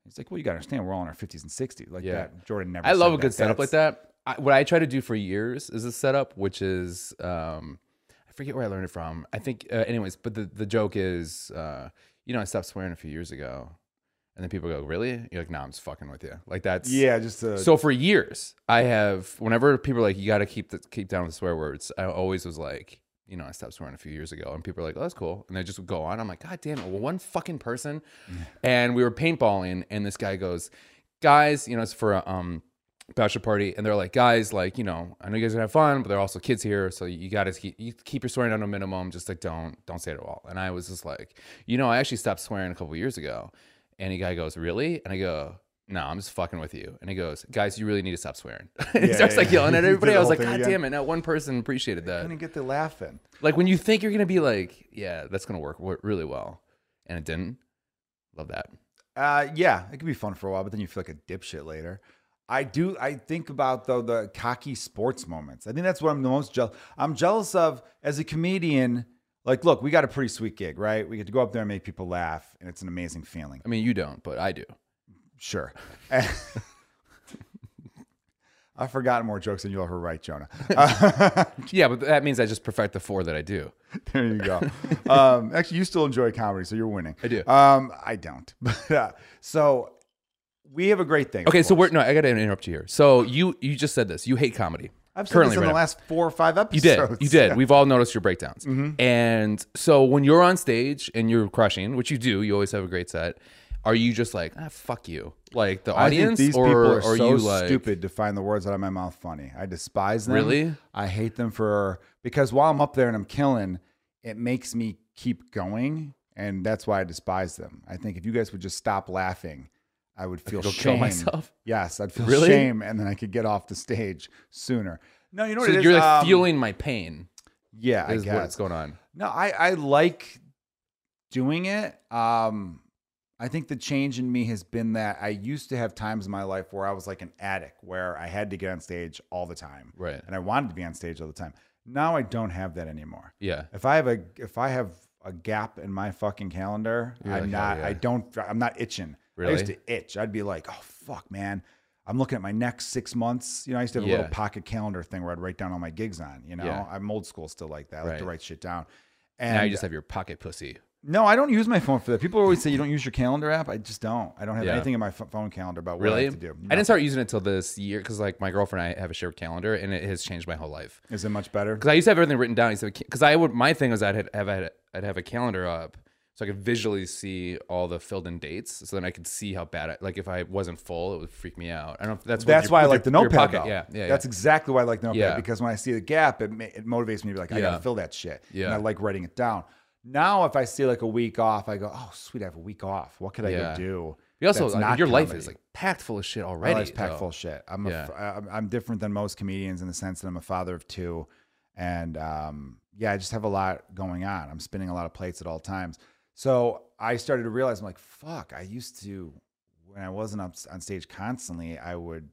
[SPEAKER 1] He's like, well, you got to understand, we're all in our fifties and sixties. Like
[SPEAKER 2] Yeah.
[SPEAKER 1] that, Jordan never.
[SPEAKER 2] I love
[SPEAKER 1] said
[SPEAKER 2] a good setup like
[SPEAKER 1] That's-
[SPEAKER 2] that. I, what I try to do for years is a setup, which is um, I forget where I learned it from. I think, uh, anyways. But the, the joke is, uh, you know, I stopped swearing a few years ago, and then people go, "Really?" You're like, "No, I'm just fucking with you." Like that's
[SPEAKER 1] Yeah, just a,
[SPEAKER 2] So for years, I have whenever people are like, "You got to keep the, keep down with the swear words," I always was like. You know, I stopped swearing a few years ago, and people are like, "Oh, that's cool," and they just go on. I'm like, "God damn it!" Well, one fucking person, and we were paintballing, and this guy goes, "Guys, you know, it's for a um, bachelor party and they're like guys like you know i know you guys are gonna have fun but there are also kids here so you gotta keep, you keep your swearing down to a minimum just like don't don't say it at all and i was just like you know i actually stopped swearing a couple years ago and a guy goes really and i go no i'm just fucking with you and he goes guys you really need to stop swearing and he
[SPEAKER 1] Yeah,
[SPEAKER 2] starts
[SPEAKER 1] yeah,
[SPEAKER 2] like yelling
[SPEAKER 1] yeah.
[SPEAKER 2] at
[SPEAKER 1] He did
[SPEAKER 2] everybody
[SPEAKER 1] the
[SPEAKER 2] i was
[SPEAKER 1] whole
[SPEAKER 2] like
[SPEAKER 1] thing
[SPEAKER 2] god
[SPEAKER 1] again.
[SPEAKER 2] damn it not one person appreciated that
[SPEAKER 1] couldn't get the laugh in.
[SPEAKER 2] like when you think you're gonna be like yeah that's gonna work w- really well and it didn't love that
[SPEAKER 1] Uh, yeah, it could be fun for a while, but then you feel like a dipshit later. I do. I think about though the cocky sports moments. I think that's what I'm the most jealous. I'm jealous of as a comedian. Like, look, we got a pretty sweet gig, right? We get to go up there and make people laugh, and it's an amazing feeling.
[SPEAKER 2] i mean you don't but i do
[SPEAKER 1] Sure. I've forgotten more jokes than you'll ever write, Jonah. Uh,
[SPEAKER 2] yeah but that means i just perfect the four that i do
[SPEAKER 1] there you go. Um, actually, you still enjoy comedy, so you're winning.
[SPEAKER 2] I do.
[SPEAKER 1] Um, I don't. But uh, so we have a great thing. of
[SPEAKER 2] Okay, so
[SPEAKER 1] course.
[SPEAKER 2] we're no, I gotta interrupt you here. So you you just said this. You hate comedy.
[SPEAKER 1] I've said
[SPEAKER 2] currently
[SPEAKER 1] this in
[SPEAKER 2] right
[SPEAKER 1] the
[SPEAKER 2] now.
[SPEAKER 1] last four or five
[SPEAKER 2] You
[SPEAKER 1] episodes.
[SPEAKER 2] did. You did.
[SPEAKER 1] Yeah. Mm-hmm.
[SPEAKER 2] We've all noticed your breakdowns. And so when you're on stage and you're crushing, which you do, you always have a great set. Are you just like ah fuck you, like the
[SPEAKER 1] I think
[SPEAKER 2] audience,
[SPEAKER 1] these
[SPEAKER 2] or
[SPEAKER 1] people are,
[SPEAKER 2] are
[SPEAKER 1] so
[SPEAKER 2] you like
[SPEAKER 1] stupid to find the words out of my mouth funny. I despise them.
[SPEAKER 2] Really?
[SPEAKER 1] I hate them for because while I'm up there and I'm killing, it makes me keep going, and that's why I despise them. I think if you guys would just stop laughing, I would feel
[SPEAKER 2] go
[SPEAKER 1] shame.
[SPEAKER 2] kill myself?
[SPEAKER 1] Yes, I'd feel
[SPEAKER 2] Really?
[SPEAKER 1] shame, and then I could get off the stage sooner. No, you know
[SPEAKER 2] So
[SPEAKER 1] what it is?
[SPEAKER 2] you're like
[SPEAKER 1] Um,
[SPEAKER 2] fueling my pain.
[SPEAKER 1] Yeah, I
[SPEAKER 2] Is
[SPEAKER 1] guess.
[SPEAKER 2] what's going on.
[SPEAKER 1] No, I I like doing it. Um I think the change in me has been that I used to have times in my life where I was like an addict where I had to get on stage all the time.
[SPEAKER 2] Right.
[SPEAKER 1] And I wanted to be on stage all the time. Now I don't have that anymore.
[SPEAKER 2] Yeah.
[SPEAKER 1] If I have a if I have a gap in my fucking calendar,
[SPEAKER 2] You're
[SPEAKER 1] I'm
[SPEAKER 2] like,
[SPEAKER 1] not
[SPEAKER 2] "Hell yeah."
[SPEAKER 1] I don't I'm not itching. I used
[SPEAKER 2] Really?
[SPEAKER 1] to itch. I'd be like, "Oh fuck, man. I'm looking at my next 6 months." You know, I used to have a
[SPEAKER 2] Yeah.
[SPEAKER 1] little pocket calendar thing where I'd write down all my gigs on, you know.
[SPEAKER 2] Yeah.
[SPEAKER 1] I'm old school still like that. I like to
[SPEAKER 2] Right.
[SPEAKER 1] write shit down. And
[SPEAKER 2] now you just have your pocket pussy.
[SPEAKER 1] no, I don't use my phone for that. People always say you don't use your calendar app. I just don't. I don't have
[SPEAKER 2] Yeah.
[SPEAKER 1] anything in my ph- phone calendar about what I
[SPEAKER 2] Really?
[SPEAKER 1] have to do.
[SPEAKER 2] I didn't start using it until this year because like my girlfriend and I have a shared calendar and it has changed my whole life.
[SPEAKER 1] Is it much better?
[SPEAKER 2] because I used to have everything written down. Because I would, my thing was I'd had- have I'd, I'd have a calendar up so I could visually see all the filled in dates. So then I could see how bad. I, like if I wasn't full, it would freak me out. I don't know if that's what
[SPEAKER 1] That's
[SPEAKER 2] your-
[SPEAKER 1] why I
[SPEAKER 2] with
[SPEAKER 1] like the
[SPEAKER 2] your- your
[SPEAKER 1] notepad.
[SPEAKER 2] pocket-
[SPEAKER 1] though.
[SPEAKER 2] Yeah, yeah,
[SPEAKER 1] That's exactly why I like the notepad
[SPEAKER 2] Yeah.
[SPEAKER 1] because when I see the gap, it, ma- it motivates me to be like, I
[SPEAKER 2] Yeah.
[SPEAKER 1] gotta fill that shit.
[SPEAKER 2] Yeah.
[SPEAKER 1] And I like writing it down. Now, if I see like a week off, I go, oh sweet, I have a week off. What could I
[SPEAKER 2] Yeah.
[SPEAKER 1] go do?
[SPEAKER 2] But also,
[SPEAKER 1] That's
[SPEAKER 2] I mean,
[SPEAKER 1] not
[SPEAKER 2] your life
[SPEAKER 1] comedy.
[SPEAKER 2] is like packed full of shit
[SPEAKER 1] My
[SPEAKER 2] already.
[SPEAKER 1] life's packed
[SPEAKER 2] though.
[SPEAKER 1] full of shit. I'm
[SPEAKER 2] Yeah.
[SPEAKER 1] a, I'm, I'm different than most comedians in the sense that I'm a father of two, and um, yeah, I just have a lot going on. I'm spinning a lot of plates at all times. So I started to realize I'm like, fuck. I used to when I wasn't up on stage constantly, I would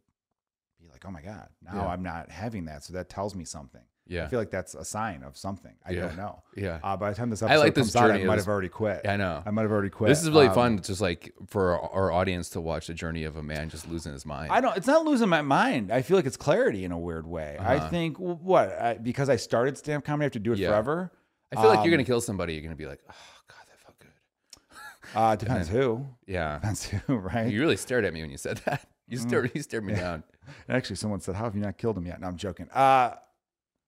[SPEAKER 1] be like, oh my god, now
[SPEAKER 2] Yeah.
[SPEAKER 1] I'm not having that. So that tells me something. I
[SPEAKER 2] Yeah.
[SPEAKER 1] feel like that's a sign of something. I
[SPEAKER 2] Yeah.
[SPEAKER 1] don't know.
[SPEAKER 2] Yeah.
[SPEAKER 1] Uh, by the time this
[SPEAKER 2] I
[SPEAKER 1] episode
[SPEAKER 2] like this
[SPEAKER 1] comes out, I
[SPEAKER 2] journey. It
[SPEAKER 1] might
[SPEAKER 2] was-
[SPEAKER 1] have already quit.
[SPEAKER 2] I know.
[SPEAKER 1] I might have already quit.
[SPEAKER 2] This is really
[SPEAKER 1] Um,
[SPEAKER 2] fun, just like for our- our audience to watch the journey of a man just losing his mind.
[SPEAKER 1] I don't. It's not losing my mind. I feel like it's clarity in a weird way. I think w- what I, because I started stand up comedy, I have to do it
[SPEAKER 2] Uh-huh. Yeah.
[SPEAKER 1] forever.
[SPEAKER 2] I feel like you're
[SPEAKER 1] um,
[SPEAKER 2] gonna kill somebody. You're gonna be like, oh god, that felt good.
[SPEAKER 1] Uh, depends who.
[SPEAKER 2] Yeah.
[SPEAKER 1] Depends who, right?
[SPEAKER 2] You really stared at me when you said that. You stared. You stared me down.
[SPEAKER 1] Actually, someone said, "How have you not killed him yet?" No, I'm joking. Uh,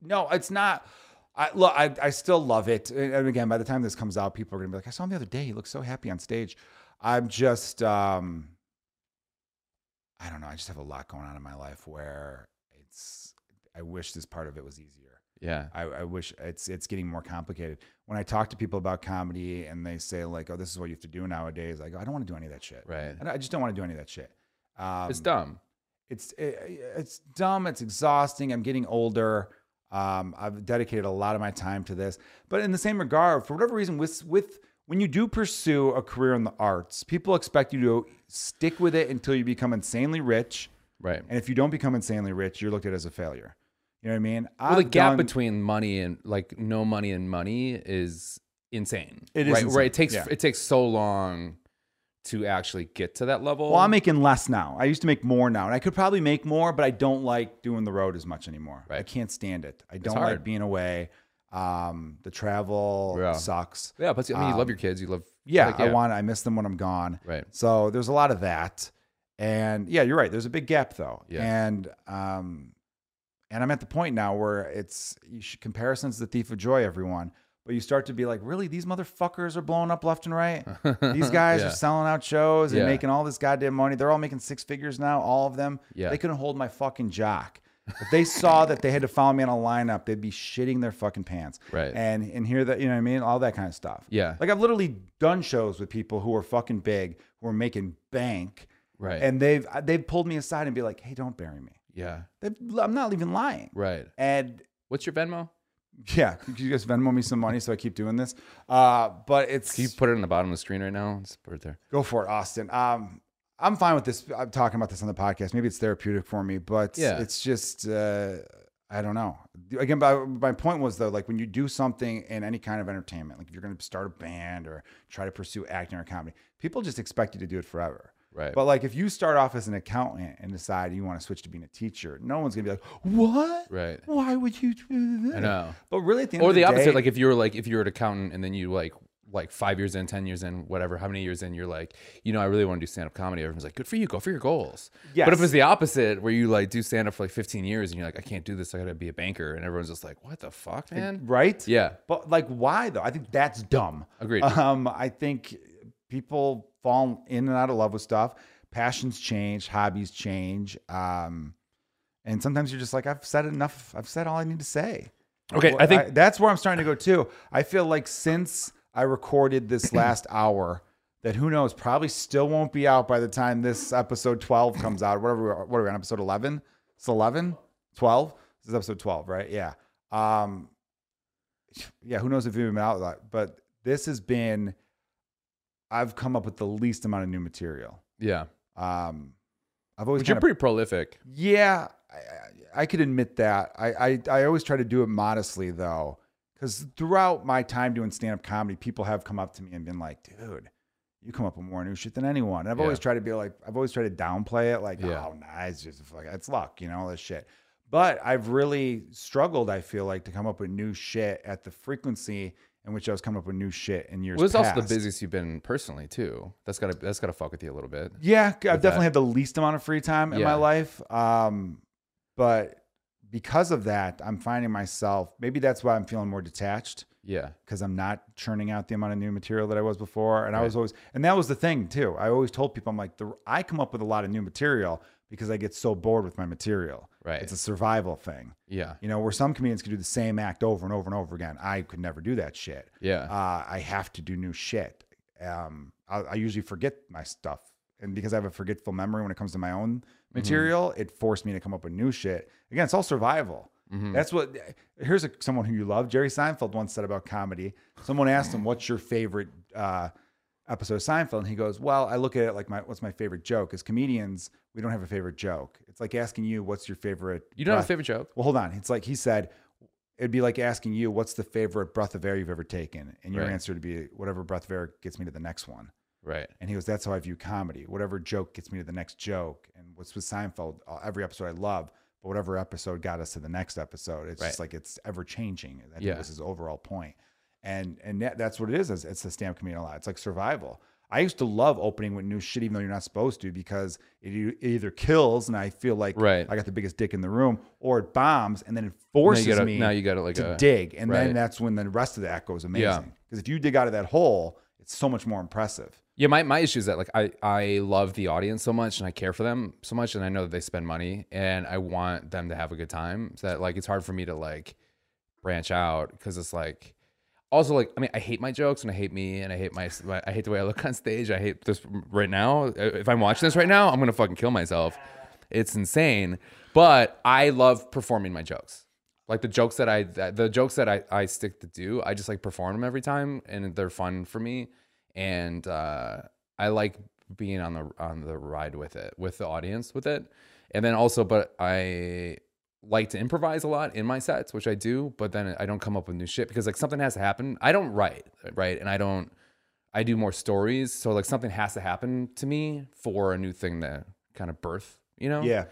[SPEAKER 1] no, it's not. I look. I, I still love it. And and again, by the time this comes out, people are gonna be like, "I saw him the other day. He looked so happy on stage." I'm just. Um, I don't know. I just have a lot going on in my life where it's. I wish this part of it was easier.
[SPEAKER 2] Yeah.
[SPEAKER 1] I, I wish it's it's getting more complicated. When I talk to people about comedy and they say like, "Oh, this is what you have to do nowadays," I go, "I don't want to do any of that shit.
[SPEAKER 2] Right.
[SPEAKER 1] I, don't- I just don't want to do any of that shit." Um,
[SPEAKER 2] It's dumb.
[SPEAKER 1] It's it, it's dumb. It's exhausting. I'm getting older. Um, I've dedicated a lot of my time to this, but in the same regard, for whatever reason, with with when you do pursue a career in the arts, people expect you to stick with it until you become insanely rich.
[SPEAKER 2] Right.
[SPEAKER 1] And if you don't become insanely rich, you're looked at as a failure. You know what I mean?
[SPEAKER 2] Well, the
[SPEAKER 1] I've
[SPEAKER 2] gap
[SPEAKER 1] done-
[SPEAKER 2] between money and like no money and money is insane.
[SPEAKER 1] It is
[SPEAKER 2] right. Where
[SPEAKER 1] insane,
[SPEAKER 2] it takes
[SPEAKER 1] yeah.
[SPEAKER 2] it takes so long to actually get to that level.
[SPEAKER 1] Well, I'm making less now. I used to make more now, and I could probably make more, but I don't like doing the road as much anymore. I
[SPEAKER 2] Right.
[SPEAKER 1] can't stand it. I don't
[SPEAKER 2] hard.
[SPEAKER 1] like being away. Um, the travel
[SPEAKER 2] Yeah.
[SPEAKER 1] sucks.
[SPEAKER 2] yeah. But I mean, you love your kids. You love.
[SPEAKER 1] um, Yeah,
[SPEAKER 2] like,
[SPEAKER 1] I want. I miss them when I'm gone.
[SPEAKER 2] Right.
[SPEAKER 1] So there's a lot of that, and yeah, you're right. There's a big gap though.
[SPEAKER 2] Yeah.
[SPEAKER 1] And um, and I'm at the point now where it's you should, comparisons the thief of joy, everyone. But you start to be like, really, these motherfuckers are blowing up left and right. These guys
[SPEAKER 2] Yeah.
[SPEAKER 1] are selling out shows and
[SPEAKER 2] Yeah.
[SPEAKER 1] making all this goddamn money. They're all making six figures now, all of them.
[SPEAKER 2] Yeah.
[SPEAKER 1] They couldn't hold my fucking jock. If they saw that they had to follow me on a lineup, they'd be shitting their fucking pants.
[SPEAKER 2] Right.
[SPEAKER 1] And and hear that, you know what I mean? All that kind of stuff.
[SPEAKER 2] Yeah.
[SPEAKER 1] Like I've literally done shows with people who are fucking big, who are making bank,
[SPEAKER 2] Right.
[SPEAKER 1] and they've uh, they've pulled me aside and be like, "Hey, don't bury me."
[SPEAKER 2] yeah.
[SPEAKER 1] They've, I'm not even lying.
[SPEAKER 2] Right.
[SPEAKER 1] And
[SPEAKER 2] What's your Venmo?
[SPEAKER 1] yeah, could you guys Venmo me some money so I keep doing this? Uh, but it's
[SPEAKER 2] Can you put it on the bottom of the screen right now? Just put it there.
[SPEAKER 1] Go for it, Austin. Um, I'm fine with this. I'm talking about this on the podcast. Maybe it's therapeutic for me, but
[SPEAKER 2] Yeah.
[SPEAKER 1] it's just uh, I don't know. Again, my, my point was though, like when you do something in any kind of entertainment, like if you're going to start a band or try to pursue acting or comedy, people just expect you to do it forever.
[SPEAKER 2] Right.
[SPEAKER 1] But like if you start off as an accountant and decide you want to switch to being a teacher, no one's going to be like, "What?
[SPEAKER 2] Right.
[SPEAKER 1] Why would you do that?"
[SPEAKER 2] I know.
[SPEAKER 1] But really, at the end
[SPEAKER 2] or
[SPEAKER 1] of
[SPEAKER 2] the,
[SPEAKER 1] the,
[SPEAKER 2] opposite
[SPEAKER 1] day,
[SPEAKER 2] like if you were like if you were an accountant and then you like like five years in ten years in whatever how many years in you're like you know i really want to do stand-up comedy everyone's like good for you go for your goals but if
[SPEAKER 1] Yes.
[SPEAKER 2] it's the opposite where you like do stand-up for like 15 years and you're like i can't do this i gotta be a banker and everyone's just like what the fuck man
[SPEAKER 1] right?
[SPEAKER 2] yeah
[SPEAKER 1] But like, why though? I think that's dumb.
[SPEAKER 2] Agreed.
[SPEAKER 1] Um, I think people fall in and out of love with stuff. Passions change, hobbies change, um, and sometimes you're just like, I've said enough. I've said all I need to say.
[SPEAKER 2] okay
[SPEAKER 1] Well,
[SPEAKER 2] i think
[SPEAKER 1] that's where I'm starting to go too. I feel like since I recorded this last hour, that who knows, probably still won't be out by the time this episode 12 comes out. Whatever, we are- what are we on episode 11? It's 11, 12. This is episode 12, right? Yeah. Um, yeah. Who knows if we've been out that, but this has been. I've come up with the least amount of new material.
[SPEAKER 2] yeah
[SPEAKER 1] Um, I've always
[SPEAKER 2] but you're
[SPEAKER 1] kinda-
[SPEAKER 2] pretty prolific
[SPEAKER 1] yeah, I, I- I could admit that. I, I, I always try to do it modestly though, because throughout my time doing stand up comedy, people have come up to me and been like, "Dude, you come up with more new shit than anyone." And I've
[SPEAKER 2] Yeah.
[SPEAKER 1] always tried to be like, I've always tried to downplay it, like,
[SPEAKER 2] Yeah.
[SPEAKER 1] "Oh, nah, it's just fuck, it's luck," you know, all this shit. But I've really struggled. I feel like to come up with new shit at the frequency in which I was coming up with new shit in years.
[SPEAKER 2] well it's also the
[SPEAKER 1] past.
[SPEAKER 2] busiest you've been personally too that's gotta that's gotta fuck with you a little bit
[SPEAKER 1] Yeah, I've definitely had the least amount of free time in my
[SPEAKER 2] Yeah.
[SPEAKER 1] life. Um, but because of that, I'm finding myself maybe that's why I'm feeling more detached
[SPEAKER 2] yeah
[SPEAKER 1] because I'm not churning out the amount of new material that I was before. And I was always, and that was the thing too. I always told people, I'm like, the, I come up with a lot of new material because I get so bored with my material.
[SPEAKER 2] Right.
[SPEAKER 1] It's a survival thing,
[SPEAKER 2] yeah
[SPEAKER 1] you know, where some comedians can do the same act over and over and over again. I could never do that shit
[SPEAKER 2] yeah
[SPEAKER 1] uh, I have to do new shit. Um, I, I usually forget my stuff and because I have a forgetful memory when it comes to my own
[SPEAKER 2] Mm-hmm.
[SPEAKER 1] material, it forced me to come up with new shit. Again, it's all survival.
[SPEAKER 2] Mm-hmm.
[SPEAKER 1] That's what. Here's a, someone who you love. Jerry Seinfeld once said about comedy. Someone asked him, "What's your favorite uh, episode of Seinfeld?" And he goes, "Well, I look at it like my what's my favorite joke. As comedians, we don't have a favorite joke. It's like asking you, what's your favorite?
[SPEAKER 2] You don't have a
[SPEAKER 1] breath-
[SPEAKER 2] favorite joke.
[SPEAKER 1] well, hold on. It's like he said, it'd be like asking you, what's the favorite breath of air you've ever taken? And your
[SPEAKER 2] Right.
[SPEAKER 1] answer to be whatever breath of air gets me to the next one.
[SPEAKER 2] Right.
[SPEAKER 1] And he goes, that's how I view comedy. Whatever joke gets me to the next joke. And what's with Seinfeld, uh, every episode I love, but whatever episode got us to the next episode, it's just
[SPEAKER 2] Right.
[SPEAKER 1] like it's ever changing. I think
[SPEAKER 2] Yeah.
[SPEAKER 1] was his overall point. And and that, that's what it is. It's, it's the stand-up comedian a lot. It's like survival. I used to love opening with new shit, even though you're not supposed to, because it, e- it either kills and I feel like
[SPEAKER 2] Right.
[SPEAKER 1] I got the biggest dick in the room, or it bombs and then it
[SPEAKER 2] Now
[SPEAKER 1] forces
[SPEAKER 2] you gotta,
[SPEAKER 1] me
[SPEAKER 2] now you gotta like uh,
[SPEAKER 1] to
[SPEAKER 2] a,
[SPEAKER 1] dig. And then
[SPEAKER 2] right.
[SPEAKER 1] that's when the rest of the act goes amazing.
[SPEAKER 2] Yeah.
[SPEAKER 1] Because if you dig out of that hole, it's so much more impressive.
[SPEAKER 2] Yeah, my, my issue is that like I, I love the audience so much and I care for them so much and I know that they spend money and I want them to have a good time. So that like it's hard for me to like branch out because it's like also like I mean I hate my jokes and I hate me and I hate my, my I hate the way I look on stage. I hate this right now. If I'm watching this right now, I'm gonna fucking kill myself. It's insane. But I love performing my jokes. Like the jokes that I that- the jokes that I, I stick to do, I just like perform them every time and they're fun for me. And uh, I like being on the on the ride with it, with the audience with it. And then also but I like to improvise a lot in my sets, which I do, but then I don't come up with new shit because like something has to happen. I don't write, right? And I don't I do more stories, so like something has to happen to me for a new thing to kind of birth, you know?
[SPEAKER 1] Yeah.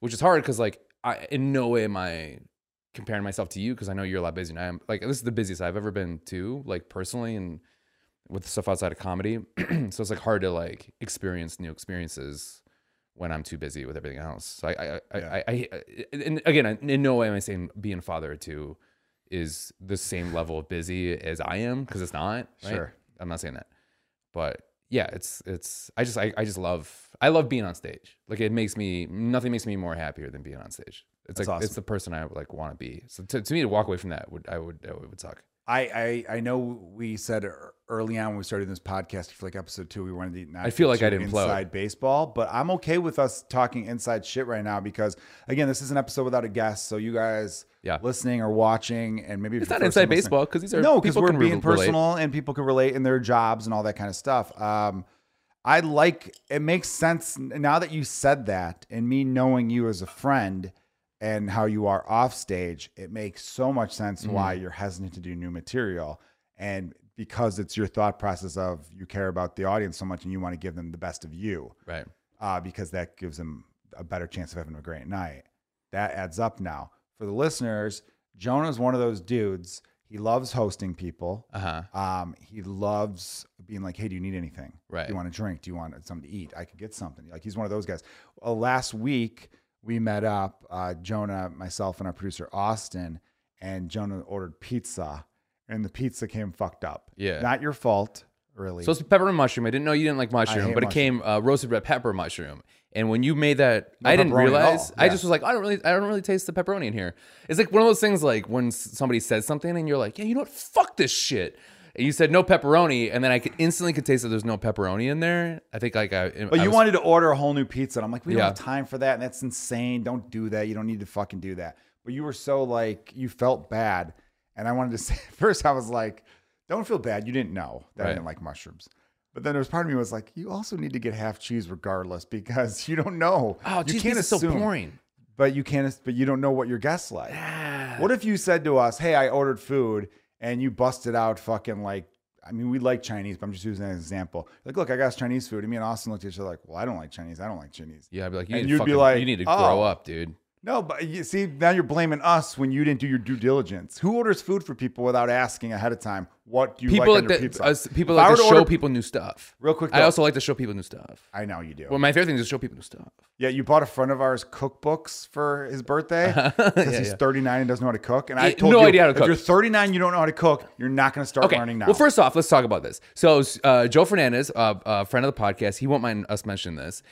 [SPEAKER 2] Which is hard because like I in no way am I comparing myself to you because I know you're a lot busier than I am. Like this is the busiest I've ever been to, like personally and with stuff outside of comedy. so it's like hard to like experience new experiences when I'm too busy with everything else. So I, I, I,
[SPEAKER 1] Yeah.
[SPEAKER 2] I, I, and again, I- in no way am I saying being a father to is the same level of busy as I am because it's not. right?
[SPEAKER 1] Sure.
[SPEAKER 2] I'm not saying that, but yeah, it's it's. I just I, I just love I love being on stage. Like it makes me nothing makes me more happier than being on stage. It's
[SPEAKER 1] That's
[SPEAKER 2] like
[SPEAKER 1] awesome.
[SPEAKER 2] it's the person I like want to be. So to, to me, to walk away from that would I would it would suck.
[SPEAKER 1] I, I I know we said ear- early on when we started this podcast for like episode two we wanted to not
[SPEAKER 2] I feel
[SPEAKER 1] get
[SPEAKER 2] like I
[SPEAKER 1] too
[SPEAKER 2] didn't implode.
[SPEAKER 1] inside baseball, but I'm okay with us talking inside shit right now because again this is an episode without a guest, so you guys
[SPEAKER 2] Yeah.
[SPEAKER 1] listening or watching and maybe
[SPEAKER 2] It's not inside baseball because these are
[SPEAKER 1] no because
[SPEAKER 2] people
[SPEAKER 1] we're
[SPEAKER 2] can
[SPEAKER 1] being
[SPEAKER 2] relate.
[SPEAKER 1] personal and people can relate in their jobs and all that kind of stuff. Um, I like it makes sense n- now that you said that and me knowing you as a friend and how you are off stage, it makes so much sense
[SPEAKER 2] Mm-hmm.
[SPEAKER 1] why you're hesitant to do new material and because it's your thought process of you care about the audience so much and you want to give them the best of you
[SPEAKER 2] right?
[SPEAKER 1] uh, because that gives them a better chance of having a great night. That adds up now. For the listeners, Jonah's one of those dudes. He loves hosting people.
[SPEAKER 2] Uh huh.
[SPEAKER 1] Um, he loves being like, "Hey, do you need anything?
[SPEAKER 2] Right.
[SPEAKER 1] Do you want a drink? Do you want something to eat? I could get something." Like he's one of those guys. Uh, last week we met up, uh, Jonah, myself, and our producer Austin, and Jonah ordered pizza, and the pizza came fucked up.
[SPEAKER 2] Yeah.
[SPEAKER 1] not your fault, really.
[SPEAKER 2] So it's pepper and mushroom. I didn't know you didn't like mushroom,
[SPEAKER 1] hate
[SPEAKER 2] but it came uh, roasted red pepper mushroom. And when you made that, I didn't
[SPEAKER 1] pepperoni at
[SPEAKER 2] realize.
[SPEAKER 1] all.
[SPEAKER 2] I
[SPEAKER 1] Yeah.
[SPEAKER 2] just was like, I don't really, I don't really taste the pepperoni in here. It's like one of those things, like when s- somebody says something and you're like, yeah, you know what? Fuck this shit. And you said no pepperoni, and then I could instantly could taste that there's no pepperoni in there. I think like I.
[SPEAKER 1] But
[SPEAKER 2] I
[SPEAKER 1] you
[SPEAKER 2] was-
[SPEAKER 1] wanted to order a whole new pizza, and I'm like, we don't
[SPEAKER 2] Yeah.
[SPEAKER 1] have time for that, and that's insane. Don't do that. You don't need to fucking do that. But you were so like, you felt bad, and I wanted to say first, I was like, don't feel bad. You didn't know that I
[SPEAKER 2] Right.
[SPEAKER 1] didn't like mushrooms. But then there was part of me was like, you also need to get half cheese regardless because you don't know.
[SPEAKER 2] Oh,
[SPEAKER 1] you
[SPEAKER 2] geez, this is so boring.
[SPEAKER 1] But you can't. But you don't know what your guests like. What if you said to us, "Hey, I ordered food," and you busted out fucking like. I mean, we like Chinese, but I'm just using that as an example. Like, look, I got us Chinese food. And me and Austin looked at each other like, well, I don't like Chinese. I don't like Chinese.
[SPEAKER 2] Yeah, I'd be like, you
[SPEAKER 1] And
[SPEAKER 2] need to
[SPEAKER 1] you'd be
[SPEAKER 2] fucking,
[SPEAKER 1] like,
[SPEAKER 2] you need to
[SPEAKER 1] oh.
[SPEAKER 2] grow up, dude.
[SPEAKER 1] No, but you see, now you're blaming us when you didn't do your due diligence. Who orders food for people without asking ahead of time, what do you
[SPEAKER 2] People
[SPEAKER 1] like on your
[SPEAKER 2] like to,
[SPEAKER 1] pizza?
[SPEAKER 2] us, people
[SPEAKER 1] If I
[SPEAKER 2] like
[SPEAKER 1] were
[SPEAKER 2] to
[SPEAKER 1] to
[SPEAKER 2] show
[SPEAKER 1] order-
[SPEAKER 2] people new stuff.
[SPEAKER 1] Real quick,
[SPEAKER 2] I
[SPEAKER 1] though.
[SPEAKER 2] also like to show people new stuff.
[SPEAKER 1] I know you do.
[SPEAKER 2] Well, my favorite thing is to show people new stuff.
[SPEAKER 1] yeah, you bought a friend of ours cookbooks for his birthday
[SPEAKER 2] Uh-huh.
[SPEAKER 1] because he's 39 and doesn't know how to cook. And I
[SPEAKER 2] Yeah,
[SPEAKER 1] told
[SPEAKER 2] no
[SPEAKER 1] you,
[SPEAKER 2] idea how to
[SPEAKER 1] if
[SPEAKER 2] cook.
[SPEAKER 1] you're 39, you don't know how to cook, you're not going to start learning now.
[SPEAKER 2] Well, first off, let's talk about this. So, uh, Joe Fernandez, a uh, uh, friend of the podcast, he won't mind us mentioning this.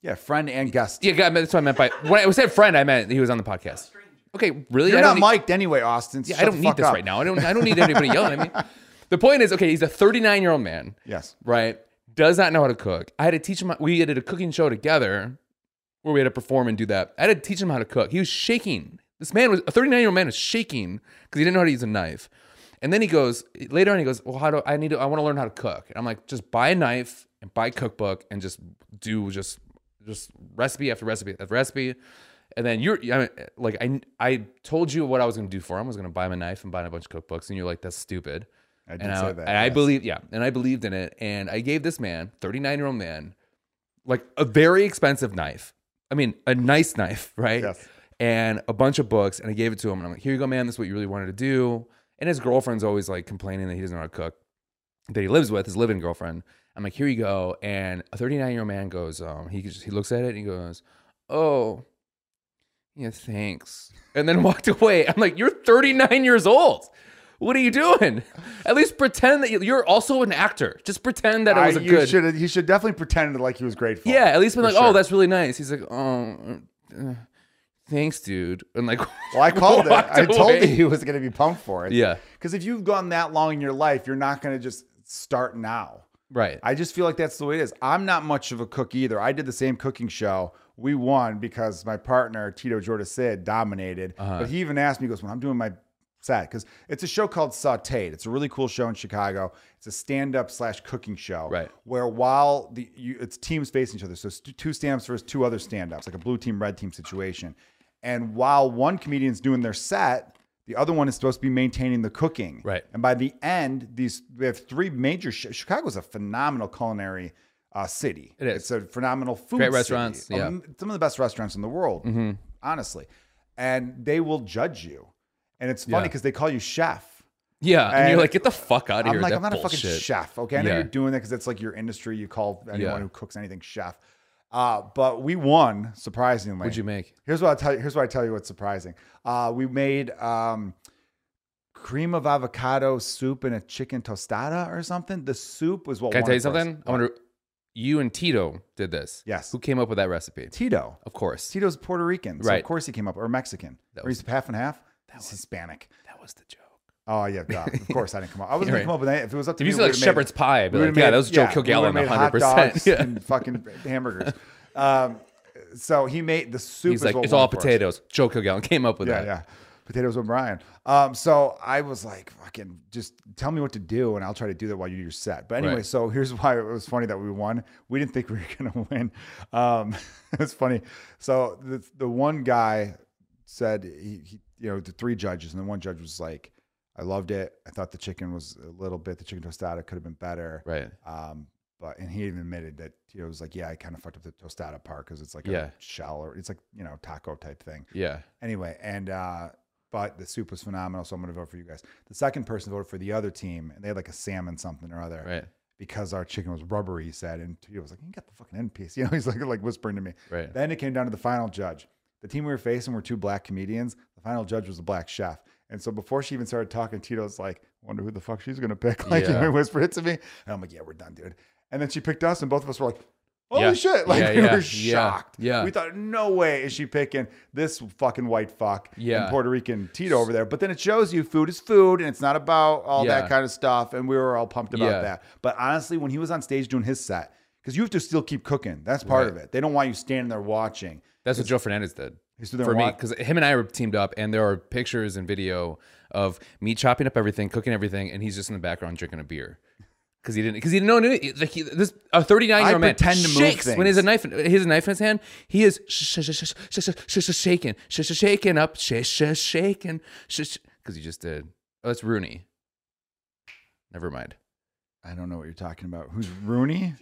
[SPEAKER 1] yeah, friend and guest.
[SPEAKER 2] Yeah, God, that's what I meant by when I said friend. I meant he was on the podcast. Okay, really?
[SPEAKER 1] You're
[SPEAKER 2] I
[SPEAKER 1] not
[SPEAKER 2] don't need,
[SPEAKER 1] mic'd anyway, Austin. so
[SPEAKER 2] yeah, I
[SPEAKER 1] shut
[SPEAKER 2] don't
[SPEAKER 1] the
[SPEAKER 2] need
[SPEAKER 1] fuck
[SPEAKER 2] this
[SPEAKER 1] up.
[SPEAKER 2] right now. I don't. I don't need anybody yelling at me. The point is, okay, he's a 39 year old man,
[SPEAKER 1] Yes.
[SPEAKER 2] right? does not know how to cook. I had to teach him. how- We did a cooking show together where we had to perform and do that. I had to teach him how to cook. He was shaking. This man was a 39 year old man is shaking because he didn't know how to use a knife. And then he goes later on. He goes, "Well, how do I need to? I want to learn how to cook." And I'm like, "Just buy a knife and buy a cookbook and just do just just recipe after recipe after recipe." And then you're I mean, like, I I told you what I was going to do for him. I was going to buy him a knife and buy him a bunch of cookbooks, and you're like, "That's stupid."
[SPEAKER 1] I did
[SPEAKER 2] and
[SPEAKER 1] say
[SPEAKER 2] I,
[SPEAKER 1] that.
[SPEAKER 2] and I
[SPEAKER 1] yes.
[SPEAKER 2] believe, yeah, and I believed in it, and I gave this man, thirty nine year old man, like a very expensive knife. I mean, a nice knife, right?
[SPEAKER 1] Yes.
[SPEAKER 2] And a bunch of books, and I gave it to him, and I'm like, "Here you go, man. This is what you really wanted to do." And his girlfriend's always like complaining that he doesn't know how to cook, that he lives with his living girlfriend. I'm like, "Here you go," and a thirty nine year old man goes, um, he just, he looks at it and he goes, "Oh." Yeah, thanks. And then walked away. I'm like, you're 39 years old. What are you doing? At least pretend that you- you're also an actor. Just pretend that it was
[SPEAKER 1] I-
[SPEAKER 2] a
[SPEAKER 1] you
[SPEAKER 2] good.
[SPEAKER 1] should. You should definitely pretend like he was grateful.
[SPEAKER 2] yeah, at least been
[SPEAKER 1] for
[SPEAKER 2] like,
[SPEAKER 1] sure.
[SPEAKER 2] oh, that's really nice. He's like, oh, uh, thanks, dude. And like,
[SPEAKER 1] Well, I called it.
[SPEAKER 2] walked
[SPEAKER 1] I told
[SPEAKER 2] away.
[SPEAKER 1] you he was going to be pumped for it.
[SPEAKER 2] Yeah,
[SPEAKER 1] Because if you've gone that long in your life, you're not going to just start now.
[SPEAKER 2] right.
[SPEAKER 1] I just feel like that's the way it is. I'm not much of a cook either. I did the same cooking show. We won because my partner Tito Jordasid dominated. But he even asked me, he goes, "When I'm doing my set, because it's a show called Sauteed. It's a really cool show in Chicago. It's a stand-up slash cooking show,
[SPEAKER 2] Right.
[SPEAKER 1] Where while the you, it's teams facing each other, so st- two stand-ups versus two other stand-ups, like a blue team red team situation. And while one comedian's doing their set, the other one is supposed to be maintaining the cooking,
[SPEAKER 2] Right.
[SPEAKER 1] and by the end, these we have three major. Sh- Chicago's a phenomenal culinary uh, city. It
[SPEAKER 2] is.
[SPEAKER 1] It's a phenomenal food.
[SPEAKER 2] Great
[SPEAKER 1] city.
[SPEAKER 2] restaurants, yeah. Mm-hmm.
[SPEAKER 1] Um, some of the best restaurants in the world, honestly. And they will judge you. And it's funny
[SPEAKER 2] Yeah.
[SPEAKER 1] because they call you chef.
[SPEAKER 2] Yeah, and,
[SPEAKER 1] And
[SPEAKER 2] you're like, get the fuck out of
[SPEAKER 1] I'm
[SPEAKER 2] here.
[SPEAKER 1] like,
[SPEAKER 2] with
[SPEAKER 1] I'm
[SPEAKER 2] that
[SPEAKER 1] not a fucking
[SPEAKER 2] bullshit."
[SPEAKER 1] chef. Okay, I know
[SPEAKER 2] Yeah.
[SPEAKER 1] you're doing that because it's like your industry. You call anyone
[SPEAKER 2] Yeah.
[SPEAKER 1] who cooks anything chef. Uh, but we won surprisingly.
[SPEAKER 2] What'd you make?
[SPEAKER 1] Here's what I tell you. Here's what I tell you. What's surprising? Uh, we made um, cream of avocado soup and a chicken tostada or something. The soup was what.
[SPEAKER 2] Can I
[SPEAKER 1] won
[SPEAKER 2] tell
[SPEAKER 1] it
[SPEAKER 2] you
[SPEAKER 1] for us.
[SPEAKER 2] something? I wonder. You and Tito did this.
[SPEAKER 1] Yes.
[SPEAKER 2] Who came up with that recipe?
[SPEAKER 1] Tito.
[SPEAKER 2] Of course.
[SPEAKER 1] Tito's Puerto Rican, so
[SPEAKER 2] Right.
[SPEAKER 1] of course he came up or Mexican.
[SPEAKER 2] That
[SPEAKER 1] or he's half and half. He's Hispanic.
[SPEAKER 2] That was the joke.
[SPEAKER 1] Oh yeah, duh. of course I didn't come up. I wasn't
[SPEAKER 2] Right.
[SPEAKER 1] gonna come up with that. If it was up to me,
[SPEAKER 2] If you said
[SPEAKER 1] we
[SPEAKER 2] like
[SPEAKER 1] would've made-
[SPEAKER 2] shepherd's pie, but
[SPEAKER 1] we
[SPEAKER 2] like,
[SPEAKER 1] would've
[SPEAKER 2] yeah,
[SPEAKER 1] made-
[SPEAKER 2] that was Joe
[SPEAKER 1] yeah, we
[SPEAKER 2] Kilgallen,
[SPEAKER 1] would've made hot
[SPEAKER 2] 100%.
[SPEAKER 1] dogs
[SPEAKER 2] Yeah.
[SPEAKER 1] and fucking hamburgers. Um, so he made the soup.
[SPEAKER 2] He's
[SPEAKER 1] is
[SPEAKER 2] like,
[SPEAKER 1] what
[SPEAKER 2] it's
[SPEAKER 1] won
[SPEAKER 2] all
[SPEAKER 1] it for us."
[SPEAKER 2] potatoes. Joe Kilgallen came up with
[SPEAKER 1] Yeah,
[SPEAKER 2] that.
[SPEAKER 1] yeah. Potatoes O'Brien. Um, so I was like, fucking, just tell me what to do, and I'll try to do that while you do your set. But anyway,
[SPEAKER 2] Right.
[SPEAKER 1] so here's why it was funny that we won. We didn't think we were gonna win. Um, it's funny. So the the one guy said he, he, you know, the three judges, and then one judge was like, I loved it. I thought the chicken was a little bit. The chicken tostada could have been better.
[SPEAKER 2] Right.
[SPEAKER 1] Um, but and he even admitted that you know, it was like, yeah, I kind of fucked up the tostada part because it's like
[SPEAKER 2] Yeah.
[SPEAKER 1] a shell or it's like you know taco type thing
[SPEAKER 2] Yeah.
[SPEAKER 1] anyway and uh but the soup was phenomenal so i'm gonna vote for you guys the second person voted for the other team and they had like a salmon something or other
[SPEAKER 2] Right. because
[SPEAKER 1] because our chicken was rubbery he said and he was like you got the fucking end piece you know he's like like whispering to me
[SPEAKER 2] Right.
[SPEAKER 1] then it came down to the final judge the team we were facing were two black comedians the final judge was a black chef and so before she even started talking tito's like wonder who the fuck she's gonna pick like
[SPEAKER 2] Yeah.
[SPEAKER 1] he whispered it to me and i'm like yeah we're done dude and then she picked us and both of us were like holy
[SPEAKER 2] Yeah.
[SPEAKER 1] shit like
[SPEAKER 2] Yeah,
[SPEAKER 1] we
[SPEAKER 2] yeah,
[SPEAKER 1] were
[SPEAKER 2] yeah,
[SPEAKER 1] shocked
[SPEAKER 2] yeah.
[SPEAKER 1] we thought no way is she picking this fucking white fuck
[SPEAKER 2] Yeah.
[SPEAKER 1] and Puerto Rican Tito over there. But then it shows you food is food and it's not about all
[SPEAKER 2] Yeah.
[SPEAKER 1] that kind of stuff. And we were all pumped about
[SPEAKER 2] Yeah.
[SPEAKER 1] that. But honestly, when he was on stage doing his set, because you have to still keep cooking. That's part of it. They don't want you standing there watching.
[SPEAKER 2] That's what Joe Fernandez did
[SPEAKER 1] He's still there
[SPEAKER 2] for me
[SPEAKER 1] watching.
[SPEAKER 2] because him and I were teamed up, and there are pictures and video of me chopping up everything, cooking everything, and he's just in the background drinking a beer because he didn't because he didn't know any- like he, this a thirty nine year old
[SPEAKER 1] I
[SPEAKER 2] man
[SPEAKER 1] pretend to move
[SPEAKER 2] shakes when he has a
[SPEAKER 1] things.
[SPEAKER 2] knife in- he has a knife in his hand. He is sh- sh- sh- sh- sh- sh- sh- sh- shaking, sh- sh- shaking up, sh- sh- shaking, because he just did. Oh, that's Rooney. Never mind.
[SPEAKER 1] I don't know what you're talking about. Who's Rooney?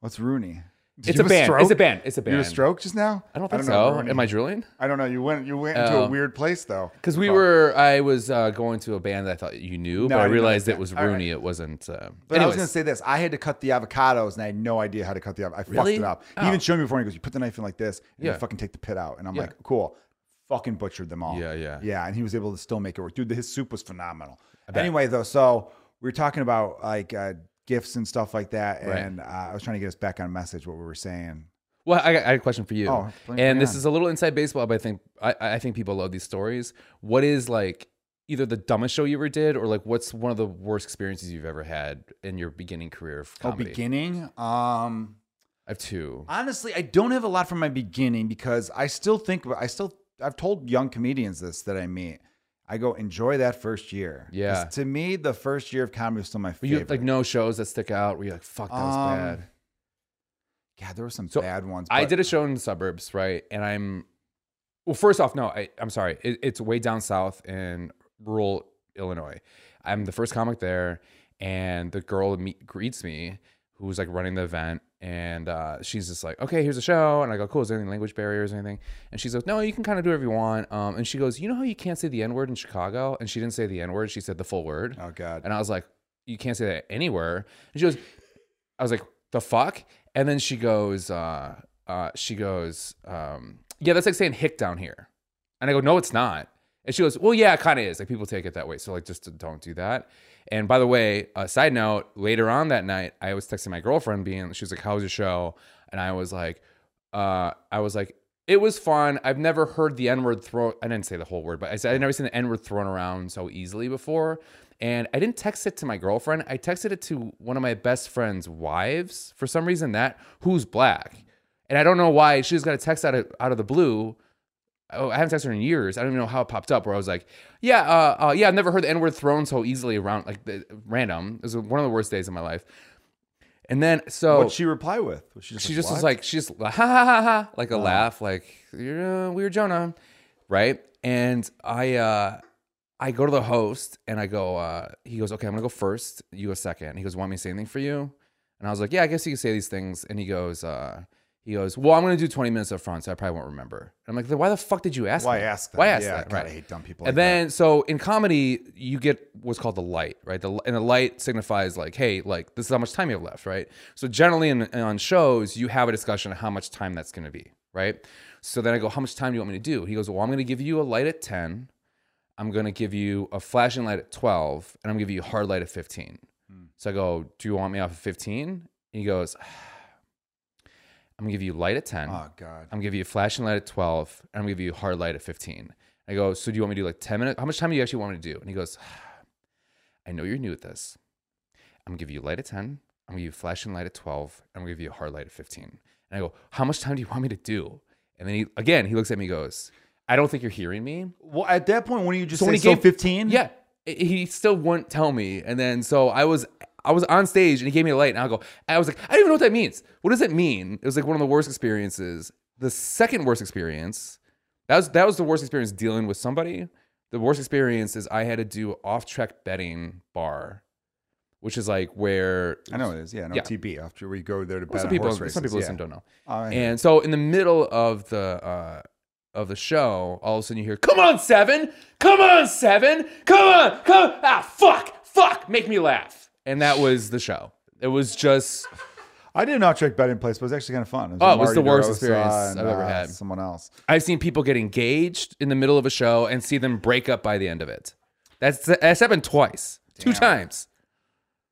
[SPEAKER 1] What's Rooney? Did
[SPEAKER 2] It's
[SPEAKER 1] you
[SPEAKER 2] a
[SPEAKER 1] have
[SPEAKER 2] band.
[SPEAKER 1] stroke?
[SPEAKER 2] It's a band. It's a
[SPEAKER 1] You
[SPEAKER 2] band.
[SPEAKER 1] had a stroke just now?
[SPEAKER 2] I don't think
[SPEAKER 1] know,
[SPEAKER 2] so.
[SPEAKER 1] Rooney.
[SPEAKER 2] Am I drooling?
[SPEAKER 1] I don't know. You went you went into
[SPEAKER 2] Oh.
[SPEAKER 1] a weird place though.
[SPEAKER 2] Because we were, I was uh, going to a band that I thought you
[SPEAKER 1] No,
[SPEAKER 2] knew, but I,
[SPEAKER 1] I didn't know
[SPEAKER 2] realized
[SPEAKER 1] that.
[SPEAKER 2] it was
[SPEAKER 1] All right.
[SPEAKER 2] Rooney. It wasn't. Uh,
[SPEAKER 1] But I was
[SPEAKER 2] anyways,
[SPEAKER 1] gonna say this. I had to cut the avocados, and I had no idea how to cut the. Av- I
[SPEAKER 2] Really?
[SPEAKER 1] fucked it up.
[SPEAKER 2] Oh.
[SPEAKER 1] He even showed me before. And he goes, "You put the knife in like this, and
[SPEAKER 2] Yeah.
[SPEAKER 1] you fucking take the pit out." And I'm
[SPEAKER 2] Yeah.
[SPEAKER 1] like, "Cool." Fucking butchered them all.
[SPEAKER 2] Yeah, yeah.
[SPEAKER 1] yeah. And he was able to still make it work, dude. His soup was phenomenal. Anyway, though, so we were talking about like uh, gifts and stuff like that,
[SPEAKER 2] Right.
[SPEAKER 1] and uh, I was trying to get us back on message what we were saying.
[SPEAKER 2] well, I, got- I had a question for you,
[SPEAKER 1] Oh, bring-
[SPEAKER 2] and
[SPEAKER 1] bring
[SPEAKER 2] this
[SPEAKER 1] on.
[SPEAKER 2] is a little inside baseball, but I think I, I think people love these stories. What is like either the dumbest show you ever did, or like what's one of the worst experiences you've ever had in your beginning career of
[SPEAKER 1] Oh,
[SPEAKER 2] comedy?
[SPEAKER 1] beginning. Um,
[SPEAKER 2] I have two.
[SPEAKER 1] honestly, I don't have a lot from my beginning because I still think about- I still I've told young comedians this that I meet. I go enjoy that first year. 'Cause
[SPEAKER 2] Yeah.
[SPEAKER 1] To me, the first year of comedy was still my
[SPEAKER 2] But you
[SPEAKER 1] favorite.
[SPEAKER 2] have, like no shows that stick out where you're like, fuck, that was
[SPEAKER 1] Um,
[SPEAKER 2] bad.
[SPEAKER 1] God, there were some
[SPEAKER 2] So,
[SPEAKER 1] bad ones.
[SPEAKER 2] I
[SPEAKER 1] but-
[SPEAKER 2] did a show in the suburbs, right? And I'm, well, first off, no, I, I'm sorry. It, it's way down south in rural Illinois. I'm the first comic there, and the girl meet, greets me, who was like running the event, and uh, she's just like, "Okay, here's a show," and I go, "Cool, is there any language barriers or anything?" And she's like, "No, you can kind of do whatever you want." Um, and she goes, "You know how you can't say the N word in Chicago?" And she didn't say the N word; she said the full word.
[SPEAKER 1] Oh God.
[SPEAKER 2] And I was like, you can't say that anywhere. And she goes, I was like, the fuck? And then she goes, uh, uh, she goes, um, yeah, that's like saying hick down here. And I go, no, it's not. And she goes, well, yeah, it kind of is. Like people take it that way. So like, just don't do that. And by the way, a side note, later on that night, I was texting my girlfriend being, she was like, how was your show? And I was like, uh, I was like, it was fun. I've never heard the N word thrown. I didn't say the whole word, but I said I've never seen the N word thrown around so easily before. And I didn't text it to my girlfriend. I texted it to one of my best friend's wives for some reason. That who's black, and I don't know why she just got a text out of out of the blue. Oh, I haven't texted her in years. I don't even know how it popped up. Where I was like, yeah, uh, uh, yeah, I've never heard the N word thrown so easily around, like the, random. It was one of the worst days of my life. And then so
[SPEAKER 1] What'd she reply with? Was she just,
[SPEAKER 2] she just
[SPEAKER 1] "What?"
[SPEAKER 2] was like, she just la- ha ha ha ha, like a laugh, like you're a weird Jonah, right? And I, uh, I go to the host and I go, uh, he goes, okay, I'm gonna go first, you go second. He goes, want me to say anything for you? And I was like, yeah, I guess you can say these things. And he goes, uh, he goes, well, I'm gonna do 20 minutes up front, so I probably won't remember. And I'm like, then why the fuck did you ask?
[SPEAKER 1] Why
[SPEAKER 2] that?
[SPEAKER 1] ask that?
[SPEAKER 2] Why ask
[SPEAKER 1] yeah,
[SPEAKER 2] that?
[SPEAKER 1] God, I
[SPEAKER 2] Right.
[SPEAKER 1] hate dumb people.
[SPEAKER 2] And
[SPEAKER 1] like that.
[SPEAKER 2] then, so in comedy, you get what's called the light, right? The, and the light signifies like, hey, like this is how much time you have left, right? So generally, in, on shows, you have a discussion of how much time that's going to be, right? So then I go, how much time do you want me to do? He goes, well, I'm going to give you a light at ten. I'm going to give you a flashing light at twelve, and I'm going to give you a hard light at fifteen.
[SPEAKER 1] Hmm.
[SPEAKER 2] So I go, do you want me off of fifteen? And he goes, I'm going to give you light at ten.
[SPEAKER 1] oh God.
[SPEAKER 2] I'm gonna give you a flashing light at 12, and I'm gonna give you a hard light at 15. I go, so do you want me to do like 10 minutes? How much time do you actually want me to do? And he goes, I know you're new at this. I'm gonna give you a light at 10, I'm gonna give you a flashing light at 12, and I'm gonna give you a hard light at 15. And I go, how much time do you want me to do? And then he again, he looks at me, and goes, I don't think you're hearing me.
[SPEAKER 1] Well, at that point, when you just
[SPEAKER 2] So when
[SPEAKER 1] say
[SPEAKER 2] he gave-
[SPEAKER 1] 15?
[SPEAKER 2] Yeah, i- he still wouldn't tell me. And then so I was I was on stage and he gave me a light and I go I was like I don't even know what that means. What does it mean? It was like one of the worst experiences. The second worst experience. That was that was the worst experience dealing with somebody. The worst experience is I had to do off track betting bar, which is like where
[SPEAKER 1] I know it is. Yeah, no
[SPEAKER 2] Yeah.
[SPEAKER 1] TB. After we go there to
[SPEAKER 2] well,
[SPEAKER 1] bet
[SPEAKER 2] some
[SPEAKER 1] on
[SPEAKER 2] people
[SPEAKER 1] horse races.
[SPEAKER 2] some people
[SPEAKER 1] yeah.
[SPEAKER 2] listen don't know.
[SPEAKER 1] Oh, I-
[SPEAKER 2] And so in the middle of the uh, of the show, all of a sudden you hear, "Come on, seven! Come on, seven! Come on! Come ah, fuck, fuck! Make me laugh!" And that was the show. It was just
[SPEAKER 1] I did an off-track betting place, but it was actually kind of fun.
[SPEAKER 2] Oh,
[SPEAKER 1] with
[SPEAKER 2] it was the
[SPEAKER 1] Marty
[SPEAKER 2] worst
[SPEAKER 1] DeRosa
[SPEAKER 2] experience
[SPEAKER 1] and,
[SPEAKER 2] I've ever
[SPEAKER 1] uh,
[SPEAKER 2] had.
[SPEAKER 1] Someone else.
[SPEAKER 2] I've seen people get engaged in the middle of a show and see them break up by the end of it. That's that's happened twice, two times.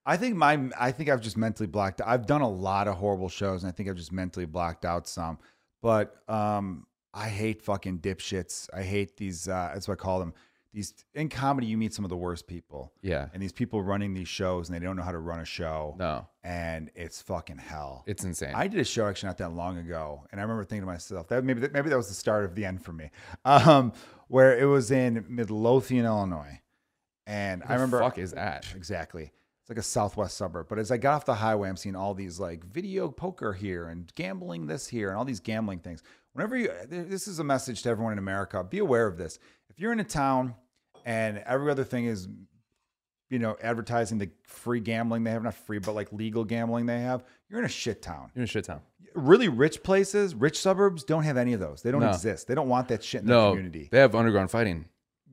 [SPEAKER 1] I think my I think I've just mentally blocked. I've done a lot of horrible shows, and I think I've just mentally blocked out some. But um, I hate fucking dipshits. I hate these. Uh, that's what I call them. These in comedy, you meet some of the worst people,
[SPEAKER 2] Yeah,
[SPEAKER 1] and these people running these shows, and they don't know how to run a show,
[SPEAKER 2] no,
[SPEAKER 1] and it's fucking hell.
[SPEAKER 2] it's insane.
[SPEAKER 1] I did a show actually not that long ago, and I remember thinking to myself that maybe that, maybe that was the start of the end for me, um, where it was in Midlothian, Illinois, and I remember
[SPEAKER 2] fuck is that?
[SPEAKER 1] exactly. It's like a southwest suburb. But as I got off the highway, I'm seeing all these like video poker here and gambling this here and all these gambling things. Whenever you, this is a message to everyone in America. Be aware of this. If you're in a town and every other thing is you know, advertising the free gambling they have, not free, but like legal gambling they have, you're in a shit town.
[SPEAKER 2] You're in a shit town.
[SPEAKER 1] Really rich places, rich suburbs don't have any of those. They don't
[SPEAKER 2] No.
[SPEAKER 1] exist. They don't want that shit in the
[SPEAKER 2] No,
[SPEAKER 1] community.
[SPEAKER 2] they have underground fighting.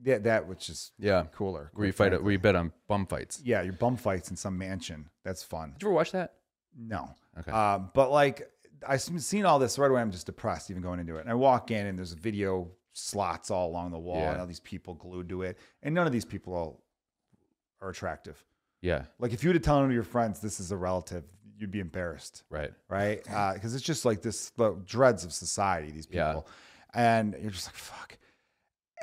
[SPEAKER 1] Yeah, that which is
[SPEAKER 2] Yeah,
[SPEAKER 1] cooler.
[SPEAKER 2] where you
[SPEAKER 1] quite
[SPEAKER 2] fight, where you bet on bum fights.
[SPEAKER 1] frankly. Yeah, your bum fights in some mansion. That's fun.
[SPEAKER 2] Did you ever watch that?
[SPEAKER 1] No.
[SPEAKER 2] Okay.
[SPEAKER 1] Uh, but like, I've seen all this right away. I'm just depressed even going into it. And I walk in and there's video slots all along the wall
[SPEAKER 2] Yeah.
[SPEAKER 1] and all these people glued to it. And none of these people all are attractive.
[SPEAKER 2] Yeah,
[SPEAKER 1] Like if you were to tell one of your friends this is a relative, you'd be embarrassed,
[SPEAKER 2] right.
[SPEAKER 1] right? Uh, Because it's just like this the dreads of society. These
[SPEAKER 2] Yeah.
[SPEAKER 1] people, and you're just like fuck.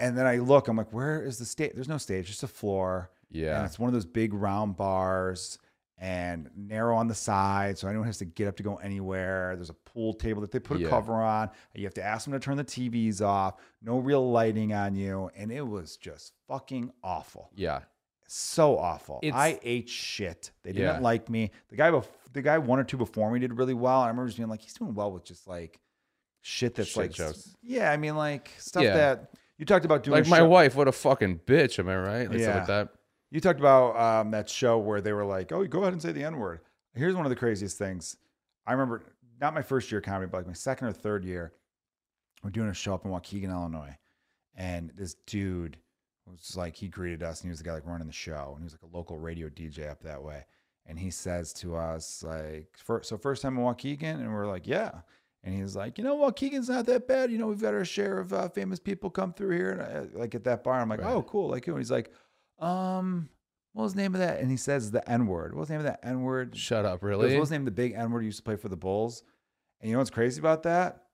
[SPEAKER 1] And then I look, I'm like, where is the stage? There's no stage, just a floor.
[SPEAKER 2] Yeah.
[SPEAKER 1] And it's one of those big round bars and narrow on the side. So anyone has to get up to go anywhere. There's a pool table that they put a
[SPEAKER 2] Yeah.
[SPEAKER 1] cover on. You have to ask them to turn the TVs off. No real lighting on you. And it was just fucking awful.
[SPEAKER 2] Yeah.
[SPEAKER 1] So awful.
[SPEAKER 2] It's-
[SPEAKER 1] I ate shit. They didn't
[SPEAKER 2] Yeah.
[SPEAKER 1] like me. The guy bef- the guy one or two before me did really well. And I remember just being like, he's doing well with just like shit that's
[SPEAKER 2] Shit
[SPEAKER 1] like
[SPEAKER 2] jokes.
[SPEAKER 1] Yeah, I mean like stuff
[SPEAKER 2] Yeah.
[SPEAKER 1] that you talked about doing
[SPEAKER 2] Like my
[SPEAKER 1] show-
[SPEAKER 2] wife, what a fucking bitch, am I right? Like yeah.
[SPEAKER 1] Yeah.
[SPEAKER 2] like that.
[SPEAKER 1] You talked about um, that show where they were like, "Oh, go ahead and say the N word." Here's one of the craziest things. I remember not my first year of comedy, but like my second or third year, we're doing a show up in Waukegan, Illinois, and this dude was like, he greeted us, and he was the guy like running the show, and he was like a local radio DJ up that way, and he says to us like, fir- "So first time in Waukegan," and we're like, "Yeah." And he's like, you know, Waukegan's not that bad. You know, we've got our share of uh, famous people come through here, and I, like at that bar, I'm like,
[SPEAKER 2] Right.
[SPEAKER 1] oh, cool, like who? And he's like, um, what was the name of that? And he says the N word. What was the name of that N word?
[SPEAKER 2] Shut up,
[SPEAKER 1] What was
[SPEAKER 2] really?
[SPEAKER 1] the name of the big N word used to play for the Bulls? And you know what's crazy about that?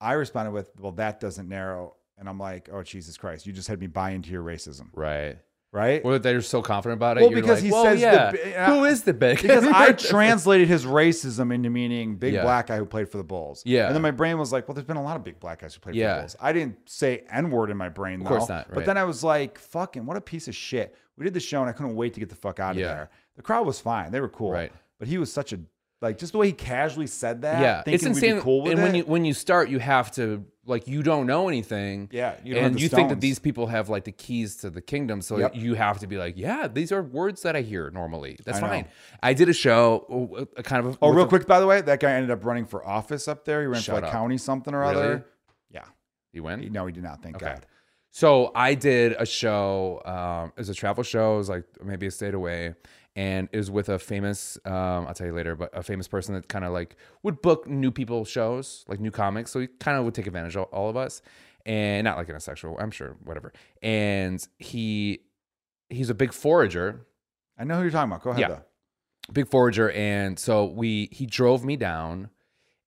[SPEAKER 1] I responded with, well, that doesn't narrow. And I'm like, oh, Jesus Christ, you just had me buy into your racism,
[SPEAKER 2] Right.
[SPEAKER 1] right?
[SPEAKER 2] Or that they're so confident about it.
[SPEAKER 1] Well,
[SPEAKER 2] you're
[SPEAKER 1] because
[SPEAKER 2] like,
[SPEAKER 1] he
[SPEAKER 2] well,
[SPEAKER 1] says the
[SPEAKER 2] yeah.
[SPEAKER 1] bi- and I-
[SPEAKER 2] Who is the big?
[SPEAKER 1] because I translated his racism into meaning big
[SPEAKER 2] Yeah.
[SPEAKER 1] black guy who played for the Bulls.
[SPEAKER 2] Yeah.
[SPEAKER 1] And then my brain was like, well, there's been a lot of big black guys who played for
[SPEAKER 2] Yeah.
[SPEAKER 1] the Bulls. I didn't say N word in my brain. Of
[SPEAKER 2] course not,
[SPEAKER 1] But
[SPEAKER 2] right.
[SPEAKER 1] then I was like, fucking, what a piece of shit. We did the show and I couldn't wait to get the fuck out of
[SPEAKER 2] Yeah.
[SPEAKER 1] there. The crowd was fine. They were cool.
[SPEAKER 2] Right.
[SPEAKER 1] But he was such a, like, just the way he casually said that.
[SPEAKER 2] yeah,
[SPEAKER 1] Thinking We'd be cool with
[SPEAKER 2] and
[SPEAKER 1] it.
[SPEAKER 2] when you when you start, you have to like you don't know anything.
[SPEAKER 1] Yeah, you don't have
[SPEAKER 2] and
[SPEAKER 1] the
[SPEAKER 2] you think that
[SPEAKER 1] stones.
[SPEAKER 2] these people have like the keys to the kingdom, so
[SPEAKER 1] Yep.
[SPEAKER 2] you have to be like, yeah, these are words that I hear normally. That's
[SPEAKER 1] I know.
[SPEAKER 2] fine. I did a show, uh, a kind of.
[SPEAKER 1] oh, real quick, by the way, that guy ended up running for office up there. He ran for
[SPEAKER 2] Shut
[SPEAKER 1] like
[SPEAKER 2] up.
[SPEAKER 1] county something or
[SPEAKER 2] Really?
[SPEAKER 1] other. Yeah.
[SPEAKER 2] You win.
[SPEAKER 1] No, he did not. Thank
[SPEAKER 2] Okay.
[SPEAKER 1] God.
[SPEAKER 2] So I did a show. Um, it was a travel show. It was like maybe a state away, and it was with a famous. Um, I'll tell you later, but a famous person that kind of like would book new people shows, like new comics. So he kind of would take advantage of all of us, and not like in a sexual. I'm sure, whatever. And he, he's a big forager
[SPEAKER 1] I know who you're talking about. Go ahead,
[SPEAKER 2] Yeah.
[SPEAKER 1] though.
[SPEAKER 2] big forager and so we he drove me down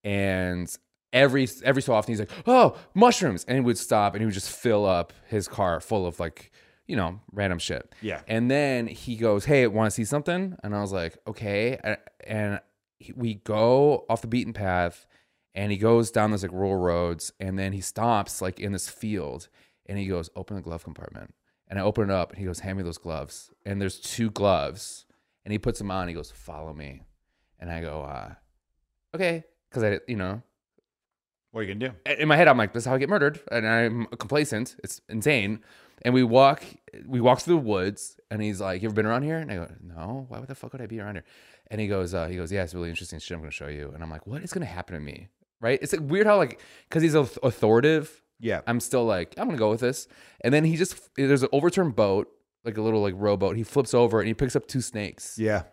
[SPEAKER 2] and every every so often he's like oh mushrooms and he would stop and he would just fill up his car full of like you know random shit
[SPEAKER 1] Yeah.
[SPEAKER 2] and then he goes hey want to see something and i was like okay A- and he- we go off the beaten path and he goes down those like rural roads and then he stops like in this field and he goes open the glove compartment and i open it up and he goes hand me those gloves and there's two gloves and he puts them on and he goes follow me and i go uh okay because i you know
[SPEAKER 1] What are you going to do?
[SPEAKER 2] in my head i'm like this is how i get murdered and i'm complacent it's insane and we walk we walk through the woods and he's like you ever been around here and i go no why would the fuck would i be around here and he goes uh, he goes yeah it's really interesting shit i'm gonna show you and i'm like what is gonna happen to me right it's like weird how like because he's auth- authoritative
[SPEAKER 1] Yeah.
[SPEAKER 2] I'm still like, I'm gonna go with this. And then he just there's an overturned boat, like a little like rowboat. He flips over and he picks up two snakes. Yeah,
[SPEAKER 1] yeah.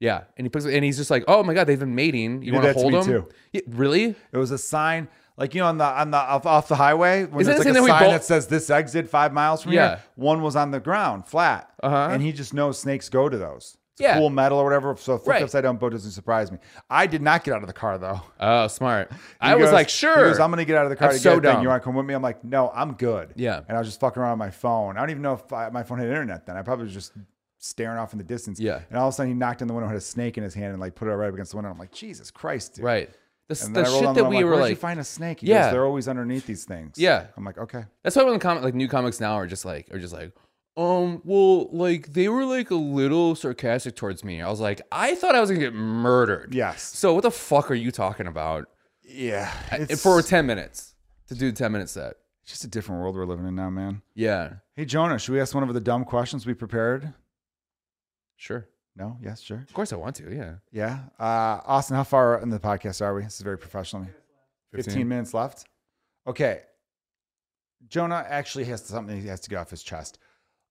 [SPEAKER 2] and he picks and he's just like, oh my god, they've been mating. You
[SPEAKER 1] did
[SPEAKER 2] want
[SPEAKER 1] that
[SPEAKER 2] to
[SPEAKER 1] to
[SPEAKER 2] hold
[SPEAKER 1] me
[SPEAKER 2] them?
[SPEAKER 1] too.
[SPEAKER 2] Yeah, really?
[SPEAKER 1] It was a sign, like you know, on the on the off, off the highway when
[SPEAKER 2] Isn't
[SPEAKER 1] there's
[SPEAKER 2] it
[SPEAKER 1] like a
[SPEAKER 2] the thing that
[SPEAKER 1] sign
[SPEAKER 2] we both-
[SPEAKER 1] that says this exit five miles from
[SPEAKER 2] Yeah.
[SPEAKER 1] here. One was on the ground, flat,
[SPEAKER 2] Uh-huh.
[SPEAKER 1] and he just knows snakes go to those. It's
[SPEAKER 2] Yeah.
[SPEAKER 1] a cool metal or whatever. So flipped
[SPEAKER 2] Right.
[SPEAKER 1] upside down boat doesn't surprise me. I did not get out of the car though.
[SPEAKER 2] Oh, smart.
[SPEAKER 1] He
[SPEAKER 2] I was
[SPEAKER 1] goes-
[SPEAKER 2] like,
[SPEAKER 1] He
[SPEAKER 2] sure.
[SPEAKER 1] goes, I'm gonna get out of the car.
[SPEAKER 2] I'm
[SPEAKER 1] to
[SPEAKER 2] so
[SPEAKER 1] get a thing.
[SPEAKER 2] dumb.
[SPEAKER 1] You want to come with me? I'm like, no, I'm good.
[SPEAKER 2] Yeah.
[SPEAKER 1] And I was just fucking around on my phone. I don't even know if I, my phone had internet then. I probably was just staring off in the distance.
[SPEAKER 2] Yeah.
[SPEAKER 1] And all of a sudden, he knocked on the window, had a snake in his hand, and like put it right up against the window. I'm like, Jesus Christ, dude.
[SPEAKER 2] right. The,
[SPEAKER 1] And
[SPEAKER 2] the
[SPEAKER 1] then I rolled
[SPEAKER 2] shit
[SPEAKER 1] on
[SPEAKER 2] that
[SPEAKER 1] the
[SPEAKER 2] we
[SPEAKER 1] like,
[SPEAKER 2] were
[SPEAKER 1] Where'd
[SPEAKER 2] like,
[SPEAKER 1] you find a snake? He
[SPEAKER 2] Yeah.
[SPEAKER 1] goes, they're always underneath these things.
[SPEAKER 2] Yeah.
[SPEAKER 1] I'm like, okay.
[SPEAKER 2] that's why when comic like new comics now are just like are just like, um, well, like they were like a little sarcastic towards me. I was like, I thought I was gonna get murdered.
[SPEAKER 1] Yes.
[SPEAKER 2] So what the fuck are you talking about?
[SPEAKER 1] Yeah.
[SPEAKER 2] And
[SPEAKER 1] It's,
[SPEAKER 2] for ten minutes to do a ten minute set.
[SPEAKER 1] it's just a different world we're living in now, man.
[SPEAKER 2] Yeah.
[SPEAKER 1] Hey, Jonah, should we ask one of the dumb questions we prepared?
[SPEAKER 2] Sure.
[SPEAKER 1] No? Yes, sure.
[SPEAKER 2] Of course I want to, yeah.
[SPEAKER 1] Yeah. Uh, Austin, how far in the podcast are we? This is very professional. 15, minutes left. Okay. Jonah actually has something he has to get off his chest.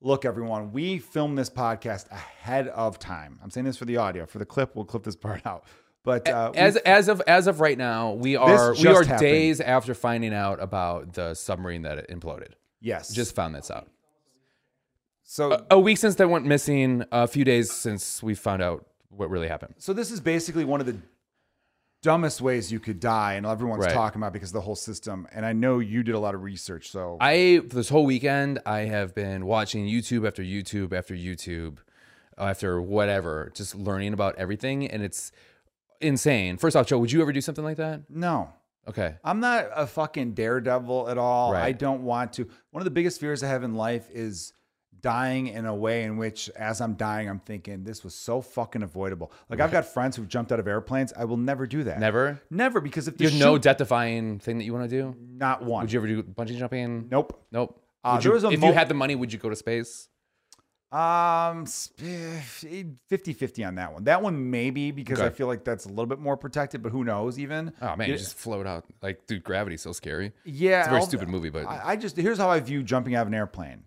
[SPEAKER 1] Look, everyone, we filmed this podcast ahead of time. I'm saying this for the audio. For the clip, we'll clip this part out. But uh, we-
[SPEAKER 2] As as of as of right now, we are we
[SPEAKER 1] just
[SPEAKER 2] are
[SPEAKER 1] happened.
[SPEAKER 2] days after finding out about the submarine that it imploded.
[SPEAKER 1] yes,
[SPEAKER 2] Just found this out.
[SPEAKER 1] so
[SPEAKER 2] A week since that went missing, a few days since we found out what really happened.
[SPEAKER 1] So this is basically one of the dumbest ways you could die, and everyone's
[SPEAKER 2] Right.
[SPEAKER 1] talking about because of the whole system. And I know you did a lot of research, so
[SPEAKER 2] I for this whole weekend I have been watching YouTube after YouTube after YouTube uh, after whatever, just learning about everything, and it's insane. First off, Joe, would you ever do something like that?
[SPEAKER 1] no.
[SPEAKER 2] Okay,
[SPEAKER 1] I'm not a fucking daredevil at all.
[SPEAKER 2] Right.
[SPEAKER 1] I don't want to. One of the biggest fears I have in life is dying in a way in which, as I'm dying, I'm thinking this was so fucking avoidable. Like I've got friends who've jumped out of airplanes. I will never do that.
[SPEAKER 2] never.
[SPEAKER 1] never, because if
[SPEAKER 2] You
[SPEAKER 1] there's
[SPEAKER 2] have no death-defying thing that you want to do.
[SPEAKER 1] not one.
[SPEAKER 2] Would you ever do bungee jumping?
[SPEAKER 1] nope.
[SPEAKER 2] Nope.
[SPEAKER 1] Uh,
[SPEAKER 2] Would
[SPEAKER 1] there
[SPEAKER 2] you-
[SPEAKER 1] was a
[SPEAKER 2] if
[SPEAKER 1] mo-
[SPEAKER 2] you had the money, would you go to space?
[SPEAKER 1] Um, sp- 50-50 on that one. That one maybe because I
[SPEAKER 2] Okay.
[SPEAKER 1] feel like that's a little bit more protected, but who knows? Even
[SPEAKER 2] Oh man,
[SPEAKER 1] Yeah.
[SPEAKER 2] you just float out. Like, dude, gravity's so scary.
[SPEAKER 1] yeah,
[SPEAKER 2] It's a very
[SPEAKER 1] I'll-
[SPEAKER 2] stupid movie, but
[SPEAKER 1] I, I just here's how I view jumping out of an airplane.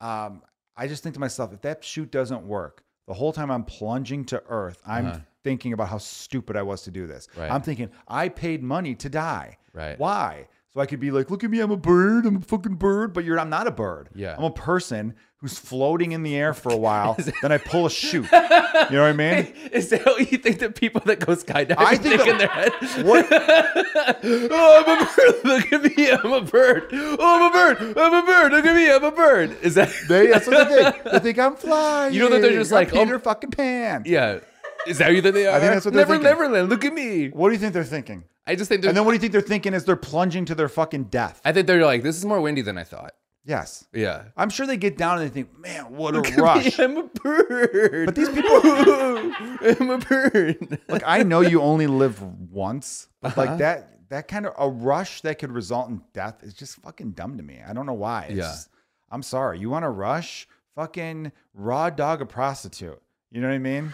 [SPEAKER 1] Um, I just think to myself, if that chute doesn't work, the whole time I'm plunging to earth, I'm thinking about how stupid I was to do this.
[SPEAKER 2] Uh-huh. Right.
[SPEAKER 1] I'm thinking I paid money to die.
[SPEAKER 2] Right.
[SPEAKER 1] Why? So I could be like, look at me, I'm a bird, I'm a fucking bird, but you're I'm not a bird.
[SPEAKER 2] Yeah.
[SPEAKER 1] I'm a person who's floating in the air for a while, then I pull a chute. You know what I mean?
[SPEAKER 2] is that what you think that people that go skydiving
[SPEAKER 1] I
[SPEAKER 2] I
[SPEAKER 1] think that-
[SPEAKER 2] think, in their head?
[SPEAKER 1] What
[SPEAKER 2] Oh, I'm a bird. Look at me. I'm a bird. Oh, I'm a bird. I'm a bird. Look at me. I'm a bird. Is that?
[SPEAKER 1] they that's what they think. They think I'm flying.
[SPEAKER 2] You know that they're just
[SPEAKER 1] I'm
[SPEAKER 2] like, oh-
[SPEAKER 1] Peter fucking Pan.
[SPEAKER 2] yeah. Is that who that they are?
[SPEAKER 1] think that's what they're
[SPEAKER 2] Never
[SPEAKER 1] thinking.
[SPEAKER 2] Neverland. Look at me.
[SPEAKER 1] What do you think they're thinking?
[SPEAKER 2] I just think they're.
[SPEAKER 1] And then what do you think they're thinking as they're plunging to their fucking death?
[SPEAKER 2] I think they're like, this is more windy than I thought.
[SPEAKER 1] Yes.
[SPEAKER 2] Yeah.
[SPEAKER 1] I'm sure they get down and they think, man, what a rush.
[SPEAKER 2] I'm a bird.
[SPEAKER 1] But these people,
[SPEAKER 2] I'm a bird.
[SPEAKER 1] like, I know you only live once, but
[SPEAKER 2] Uh-huh.
[SPEAKER 1] like that, that kind of a rush that could result in death is just fucking dumb to me. I don't know why. It's
[SPEAKER 2] Yeah.
[SPEAKER 1] just- I'm sorry. You want to rush? Fucking raw dog a prostitute. You know what I mean?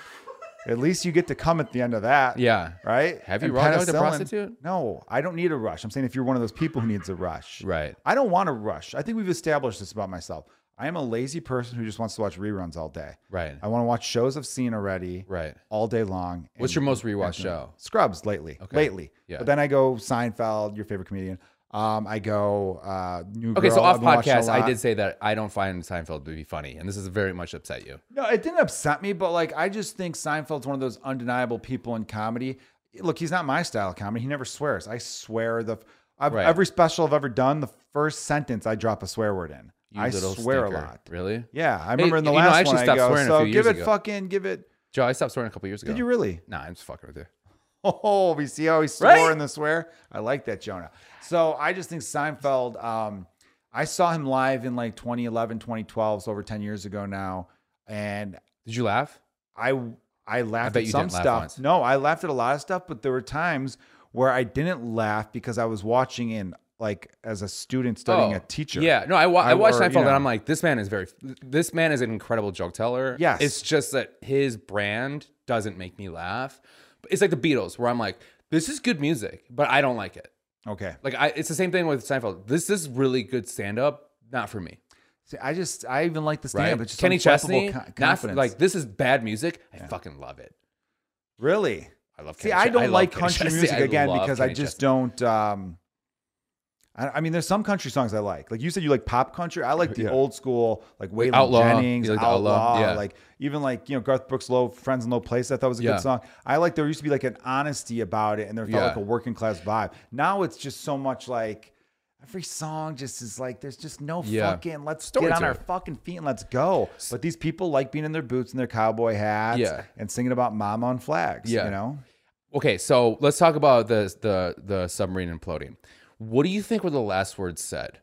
[SPEAKER 1] at least you get to come at the end of that.
[SPEAKER 2] Yeah.
[SPEAKER 1] Right?
[SPEAKER 2] Have you
[SPEAKER 1] And
[SPEAKER 2] raw dogged a
[SPEAKER 1] penicillin-
[SPEAKER 2] prostitute?
[SPEAKER 1] No, I don't need a rush. I'm saying if you're one of those people who needs a rush.
[SPEAKER 2] Right.
[SPEAKER 1] I don't want to rush. I think we've established this about myself. I am a lazy person who just wants to watch reruns all day.
[SPEAKER 2] Right.
[SPEAKER 1] I want to watch shows I've seen already
[SPEAKER 2] Right.
[SPEAKER 1] all day long.
[SPEAKER 2] What's your most rewatched show?
[SPEAKER 1] Scrubs lately.
[SPEAKER 2] Okay.
[SPEAKER 1] Lately.
[SPEAKER 2] Yeah.
[SPEAKER 1] But then I go Seinfeld, your favorite comedian. Um, I go uh, New
[SPEAKER 2] Okay, so
[SPEAKER 1] Girl,
[SPEAKER 2] off
[SPEAKER 1] I've been watching a
[SPEAKER 2] podcast, I
[SPEAKER 1] lot.
[SPEAKER 2] did say that I don't find Seinfeld to be funny, and this is very much upset you.
[SPEAKER 1] No, it didn't upset me, but like I just think Seinfeld's one of those undeniable people in comedy. Look, he's not my style of comedy. He never swears. I swear the I've,
[SPEAKER 2] Right.
[SPEAKER 1] every special I've ever done, the first sentence I drop a swear word in.
[SPEAKER 2] You
[SPEAKER 1] I
[SPEAKER 2] little
[SPEAKER 1] swear
[SPEAKER 2] stinker.
[SPEAKER 1] a lot.
[SPEAKER 2] Really,
[SPEAKER 1] Yeah, I remember in the
[SPEAKER 2] you know, I
[SPEAKER 1] last
[SPEAKER 2] actually
[SPEAKER 1] one I
[SPEAKER 2] stopped
[SPEAKER 1] go,
[SPEAKER 2] swearing a
[SPEAKER 1] so
[SPEAKER 2] few
[SPEAKER 1] give
[SPEAKER 2] years
[SPEAKER 1] it
[SPEAKER 2] ago."
[SPEAKER 1] fucking give it.
[SPEAKER 2] Joe? I stopped swearing a couple years ago.
[SPEAKER 1] Did you really?
[SPEAKER 2] Nah, I'm just fucking with you.
[SPEAKER 1] Oh, we see how he swore
[SPEAKER 2] Right?
[SPEAKER 1] in the swear. I like that, Jonah. So I just think Seinfeld. Um, I saw him live in like 2011, 2012, so over 10 years ago now, and
[SPEAKER 2] Did you laugh?
[SPEAKER 1] I I laughed
[SPEAKER 2] bet
[SPEAKER 1] at
[SPEAKER 2] you
[SPEAKER 1] some
[SPEAKER 2] didn't laugh
[SPEAKER 1] stuff.
[SPEAKER 2] once.
[SPEAKER 1] No, I laughed at a lot of stuff, but there were times where I didn't laugh because I was watching in like as a student studying
[SPEAKER 2] Oh,
[SPEAKER 1] a teacher.
[SPEAKER 2] Yeah, no, I, wa- I,
[SPEAKER 1] I-
[SPEAKER 2] watched
[SPEAKER 1] or, you
[SPEAKER 2] Seinfeld and
[SPEAKER 1] know.
[SPEAKER 2] I'm like, this man is very, this man is an incredible joke teller.
[SPEAKER 1] Yes.
[SPEAKER 2] it's just that his brand doesn't make me laugh. But It's like the Beatles, where I'm like, this is good music, but I don't like it.
[SPEAKER 1] Okay.
[SPEAKER 2] Like, I, it's the same thing with Seinfeld. This is really good stand up, not for me.
[SPEAKER 1] See, I just I even like the stand
[SPEAKER 2] Right?
[SPEAKER 1] up. It's just
[SPEAKER 2] Kenny
[SPEAKER 1] unflappable
[SPEAKER 2] Chesney,
[SPEAKER 1] co-
[SPEAKER 2] not for,
[SPEAKER 1] confidence.
[SPEAKER 2] like this is bad music. I fucking love it.
[SPEAKER 1] really.
[SPEAKER 2] I love.
[SPEAKER 1] See,
[SPEAKER 2] Kenny
[SPEAKER 1] I
[SPEAKER 2] Ches-
[SPEAKER 1] don't
[SPEAKER 2] love
[SPEAKER 1] like
[SPEAKER 2] Kenny
[SPEAKER 1] country
[SPEAKER 2] Chesney.
[SPEAKER 1] music
[SPEAKER 2] I
[SPEAKER 1] again
[SPEAKER 2] love
[SPEAKER 1] because I
[SPEAKER 2] Kenny
[SPEAKER 1] just
[SPEAKER 2] Chesney.
[SPEAKER 1] don't. Um, I, I mean, there's some country songs I like. Like you said, you like pop country. I like the
[SPEAKER 2] Oh, Yeah.
[SPEAKER 1] old school, like Waylon
[SPEAKER 2] Outlaw.
[SPEAKER 1] Jennings,
[SPEAKER 2] You like the
[SPEAKER 1] Outlaw,
[SPEAKER 2] Outlaw, yeah.
[SPEAKER 1] like even like you know Garth Brooks' "Low Friends in Low Place." I thought was a
[SPEAKER 2] Yeah.
[SPEAKER 1] good song. I like there used to be like an honesty about it, and there felt
[SPEAKER 2] Yeah.
[SPEAKER 1] like a working class vibe. Now it's just so much like. Every song just is like there's just no
[SPEAKER 2] Yeah.
[SPEAKER 1] fucking let's
[SPEAKER 2] Story
[SPEAKER 1] get on
[SPEAKER 2] to
[SPEAKER 1] our
[SPEAKER 2] it.
[SPEAKER 1] fucking feet and let's go. But these people like being in their boots and their cowboy hats
[SPEAKER 2] Yeah.
[SPEAKER 1] and singing about mama on flags.
[SPEAKER 2] Yeah.
[SPEAKER 1] You know?
[SPEAKER 2] Okay, so let's talk about the the the submarine imploding. What do you think were the last words said?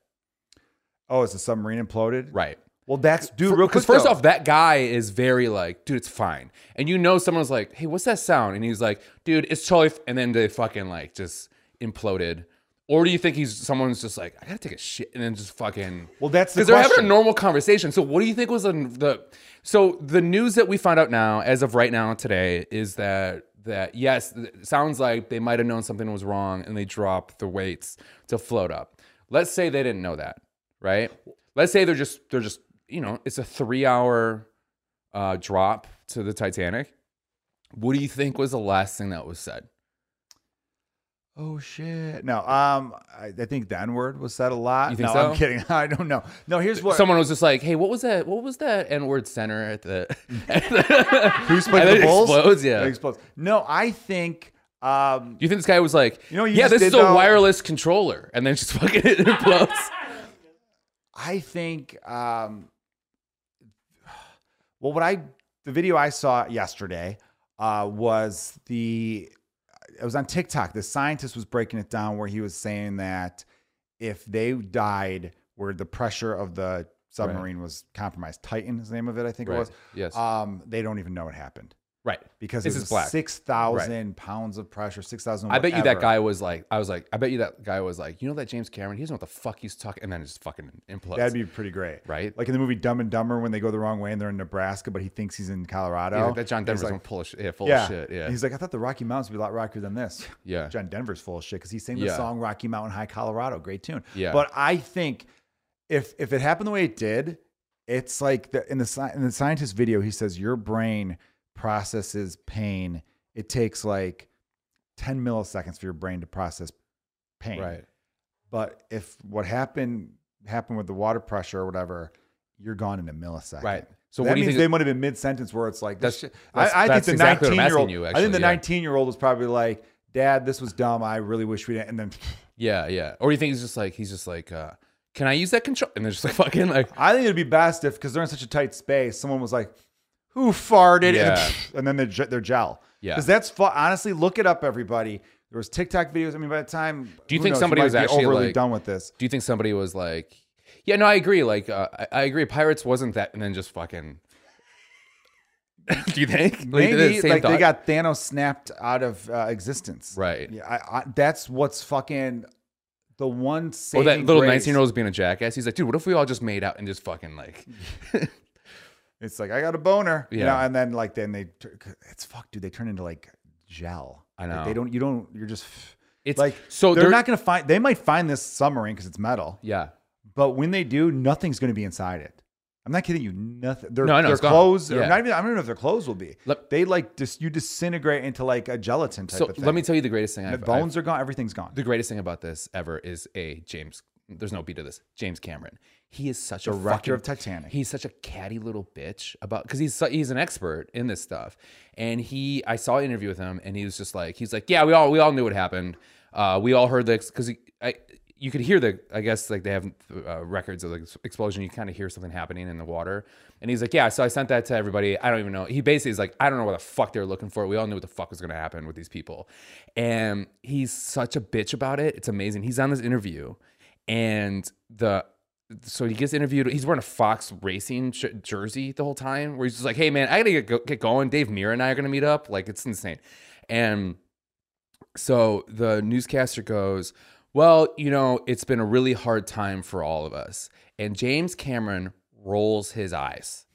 [SPEAKER 1] Oh, is the submarine imploded?
[SPEAKER 2] Right.
[SPEAKER 1] Well, that's dude. Real quick,
[SPEAKER 2] Because first
[SPEAKER 1] though.
[SPEAKER 2] off, that guy is very like, dude, it's fine. And you know, someone's like, hey, what's that sound? And he's like, dude, it's totally. F-. And then they fucking like just imploded. Or do you think he's someone's just like, I gotta take a shit, and then just fucking.
[SPEAKER 1] Well, that's the
[SPEAKER 2] because they're having
[SPEAKER 1] question.
[SPEAKER 2] a normal conversation. So what do you think was the, the so the news that we find out now, as of right now today, is that that yes, it sounds like they might have known something was wrong and they dropped the weights to float up. Let's say they didn't know that, right? Let's say they're just they're just you know it's a three hour uh, drop to the Titanic. What do you think was the last thing that was said?
[SPEAKER 1] oh shit. No, um, I, I think the N word was said a lot.
[SPEAKER 2] You think
[SPEAKER 1] no, I'm
[SPEAKER 2] so?
[SPEAKER 1] kidding. I don't know. No, here's what.
[SPEAKER 2] Someone was just like, "Hey, what was that? What was that N-word center at the?"
[SPEAKER 1] who's playing
[SPEAKER 2] and
[SPEAKER 1] the
[SPEAKER 2] it
[SPEAKER 1] Bulls?
[SPEAKER 2] explodes, yeah.
[SPEAKER 1] It explodes. No, I think Um,
[SPEAKER 2] Do you think this guy was like,
[SPEAKER 1] You know what you
[SPEAKER 2] yeah,
[SPEAKER 1] just
[SPEAKER 2] this
[SPEAKER 1] did,
[SPEAKER 2] is a
[SPEAKER 1] though?
[SPEAKER 2] wireless controller, and then just fucking it implodes?
[SPEAKER 1] I think, um, well, what I, the video I saw yesterday uh, was the, it was on TikTok. The scientist was breaking it down where he was saying that if they died where the pressure of the submarine was compromised, Titan is the name of it, I think it
[SPEAKER 2] Right.
[SPEAKER 1] was,
[SPEAKER 2] Yes.
[SPEAKER 1] um, they don't even know it happened.
[SPEAKER 2] right.
[SPEAKER 1] Because
[SPEAKER 2] This
[SPEAKER 1] it
[SPEAKER 2] is
[SPEAKER 1] was
[SPEAKER 2] black.
[SPEAKER 1] 6,000 pounds of pressure, 6,000.
[SPEAKER 2] I bet you that
[SPEAKER 1] whatever.
[SPEAKER 2] guy was like, I was like, I bet you that guy was like, you know that James Cameron, he doesn't know what the fuck he's talking, and then it just fucking implodes.
[SPEAKER 1] That'd be pretty great.
[SPEAKER 2] Right?
[SPEAKER 1] Like in the movie Dumb and Dumber when they go the wrong way and they're in Nebraska, but he thinks he's in Colorado.
[SPEAKER 2] He's like, that John
[SPEAKER 1] And he's
[SPEAKER 2] Denver's
[SPEAKER 1] like,
[SPEAKER 2] gonna full of shit. Yeah, full
[SPEAKER 1] yeah.
[SPEAKER 2] of shit. Yeah.
[SPEAKER 1] And he's like, I thought the Rocky Mountains would be a lot rockier than this.
[SPEAKER 2] yeah.
[SPEAKER 1] John Denver's full of shit because he sang the
[SPEAKER 2] Yeah.
[SPEAKER 1] song Rocky Mountain High Colorado. Great tune.
[SPEAKER 2] Yeah.
[SPEAKER 1] But I think if if it happened the way it did, it's like the, in the sci- in the scientist video, he says your brain processes pain. It takes like 10 milliseconds for your brain to process pain.
[SPEAKER 2] Right.
[SPEAKER 1] But if what happened happened with the water pressure or whatever, you're gone in a millisecond.
[SPEAKER 2] Right.
[SPEAKER 1] So
[SPEAKER 2] So
[SPEAKER 1] that
[SPEAKER 2] what do you
[SPEAKER 1] means
[SPEAKER 2] think?
[SPEAKER 1] they might have been mid sentence where it's like this
[SPEAKER 2] That's-
[SPEAKER 1] shit. I,
[SPEAKER 2] that's-
[SPEAKER 1] I think
[SPEAKER 2] that's
[SPEAKER 1] the
[SPEAKER 2] exactly what I'm
[SPEAKER 1] 19 year old.
[SPEAKER 2] asking
[SPEAKER 1] I
[SPEAKER 2] you,
[SPEAKER 1] think the
[SPEAKER 2] actually, yeah.
[SPEAKER 1] 19 year old was probably like, "Dad, this was dumb. I really wish we didn't." And then
[SPEAKER 2] yeah, yeah. Or you think he's just like he's just like, uh, can I use that control? And they're just like fucking like,
[SPEAKER 1] I think it'd be best if because they're in such a tight space, someone was like, "Who farted?" And,
[SPEAKER 2] Yeah.
[SPEAKER 1] then, and then their their gel.
[SPEAKER 2] Yeah.
[SPEAKER 1] Because that's fu- honestly, look it up, everybody. There was TikTok videos. I mean, by the time
[SPEAKER 2] Do you
[SPEAKER 1] who
[SPEAKER 2] think
[SPEAKER 1] knows,
[SPEAKER 2] somebody
[SPEAKER 1] might
[SPEAKER 2] was
[SPEAKER 1] be
[SPEAKER 2] actually,
[SPEAKER 1] overly
[SPEAKER 2] like-
[SPEAKER 1] done with this?
[SPEAKER 2] do you think somebody was like, yeah, no, I agree. Like, uh, I, I agree. Pirates wasn't that, and then just fucking. do you think? Like,
[SPEAKER 1] Maybe
[SPEAKER 2] the same
[SPEAKER 1] like they
[SPEAKER 2] thought?
[SPEAKER 1] got Thanos snapped out of uh, existence.
[SPEAKER 2] right.
[SPEAKER 1] Yeah, I, I, that's what's fucking the one
[SPEAKER 2] Or
[SPEAKER 1] saving.
[SPEAKER 2] that little
[SPEAKER 1] grace.
[SPEAKER 2] nineteen-year-old's being a jackass. He's like, dude, what if we all just made out and just fucking like,
[SPEAKER 1] It's like I got a boner. You
[SPEAKER 2] Yeah.
[SPEAKER 1] know, and then like then they tur- it's fuck, dude. They turn into like gel.
[SPEAKER 2] I
[SPEAKER 1] Like,
[SPEAKER 2] know.
[SPEAKER 1] they don't. You don't. You're just
[SPEAKER 2] it's
[SPEAKER 1] like
[SPEAKER 2] so
[SPEAKER 1] they're
[SPEAKER 2] there-
[SPEAKER 1] not gonna find. They might find this submarine because it's metal.
[SPEAKER 2] Yeah,
[SPEAKER 1] But when they do, nothing's gonna be inside it. I'm not kidding you. Nothing. Their,
[SPEAKER 2] No, I know,
[SPEAKER 1] their
[SPEAKER 2] it's gone.
[SPEAKER 1] clothes. or
[SPEAKER 2] Yeah.
[SPEAKER 1] Not even. I don't even know if their clothes will be.
[SPEAKER 2] Let-
[SPEAKER 1] they like just you disintegrate into like a gelatin type
[SPEAKER 2] so
[SPEAKER 1] of thing.
[SPEAKER 2] let me tell you the greatest thing.
[SPEAKER 1] The
[SPEAKER 2] I've, I've-
[SPEAKER 1] bones are gone. Everything's gone.
[SPEAKER 2] the greatest thing about this ever is a James. There's no beat to this. James Cameron. He is such a
[SPEAKER 1] Director
[SPEAKER 2] fucking,
[SPEAKER 1] of Titanic.
[SPEAKER 2] He's such a catty little bitch about because he's su- he's an expert in this stuff. And he, I saw an interview with him, and he was just like, he's like, yeah, we all we all knew what happened. Uh, we all heard this because I. You could hear the, I guess, like they have uh, records of the ex- explosion. You kind of hear something happening in the water. And he's like, Yeah, so I sent that to everybody. I don't even know. He basically is like, I don't know what the fuck they were looking for. We all knew what the fuck was going to happen with these people. And he's such a bitch about it. It's amazing. He's on this interview, and the so he gets interviewed. He's wearing a Fox Racing sh- jersey the whole time, where he's just like, "Hey man, I gotta get, go- get going. Dave Mirra and I are gonna meet up. Like it's insane." And so the newscaster goes, "Well, you know, it's been a really hard time for all of us." And James Cameron rolls his eyes,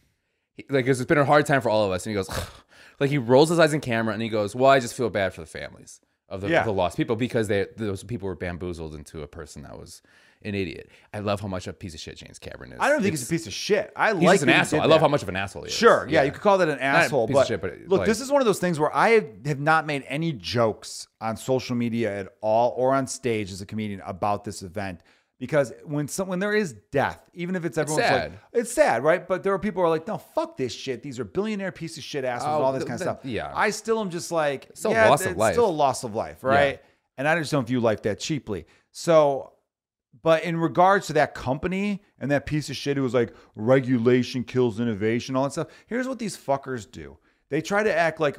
[SPEAKER 2] He- like it's been a hard time for all of us. And he goes, like he rolls his eyes in camera, and he goes, "Well, I just feel bad for the families of the,
[SPEAKER 1] Yeah.
[SPEAKER 2] the lost people because they those people were bamboozled into a person that was." An idiot. I love how much a piece of shit James Cameron is.
[SPEAKER 1] I don't think he's a piece of shit. I
[SPEAKER 2] He's
[SPEAKER 1] like
[SPEAKER 2] just an
[SPEAKER 1] that he
[SPEAKER 2] asshole.
[SPEAKER 1] did
[SPEAKER 2] I love
[SPEAKER 1] that.
[SPEAKER 2] how much of an asshole he is.
[SPEAKER 1] Sure, yeah, you could call that an
[SPEAKER 2] a
[SPEAKER 1] asshole,
[SPEAKER 2] piece of
[SPEAKER 1] but,
[SPEAKER 2] shit, but,
[SPEAKER 1] look,
[SPEAKER 2] like-
[SPEAKER 1] this is one of those things where I have, have not made any jokes on social media at all or on stage as a comedian about this event because when some, when there is death, even if it's everyone's
[SPEAKER 2] sad.
[SPEAKER 1] like it's sad, right? But there are people who are like, no, fuck this shit. These are billionaire piece of shit assholes, and
[SPEAKER 2] Oh,
[SPEAKER 1] all this
[SPEAKER 2] th-
[SPEAKER 1] kind of
[SPEAKER 2] th-
[SPEAKER 1] stuff.
[SPEAKER 2] yeah.
[SPEAKER 1] I still am just like,
[SPEAKER 2] Still a
[SPEAKER 1] yeah,
[SPEAKER 2] loss of
[SPEAKER 1] it's
[SPEAKER 2] life.
[SPEAKER 1] still a loss of life, right? And I just don't view life that cheaply. So but in regards to that company and that piece of shit who was like, regulation kills innovation, all that stuff, here's what these fuckers do. They try to act like,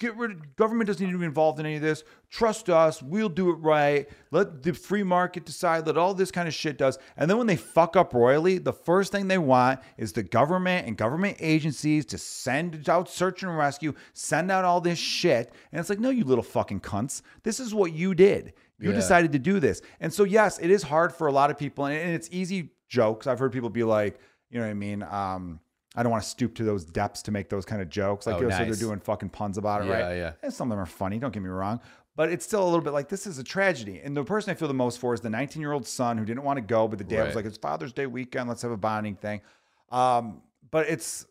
[SPEAKER 1] get rid government doesn't need to be involved in any of this. Trust us, we'll do it right. Let the free market decide, let all this kind of shit does. And then when they fuck up royally, the first thing they want is the government and government agencies to send out search and rescue, send out all this shit. And it's like, no, you little fucking cunts. This is what you did. You
[SPEAKER 2] Yeah.
[SPEAKER 1] decided to do this. And so, yes, it is hard for a lot of people, and, and it's easy jokes. I've heard people be like, you know what I mean? Um, I don't want to stoop to those depths to make those kind of jokes. Like,
[SPEAKER 2] Oh,
[SPEAKER 1] you know, so they're
[SPEAKER 2] nice.
[SPEAKER 1] doing fucking puns about it,
[SPEAKER 2] Yeah,
[SPEAKER 1] right?
[SPEAKER 2] yeah.
[SPEAKER 1] And some of them are funny, don't get me wrong. But it's still a little bit like this is a tragedy. And the person I feel the most for is the 19 year old son who didn't want to go, but the dad was
[SPEAKER 2] Right.
[SPEAKER 1] like, it's Father's Day weekend, let's have a bonding thing. Um, but it's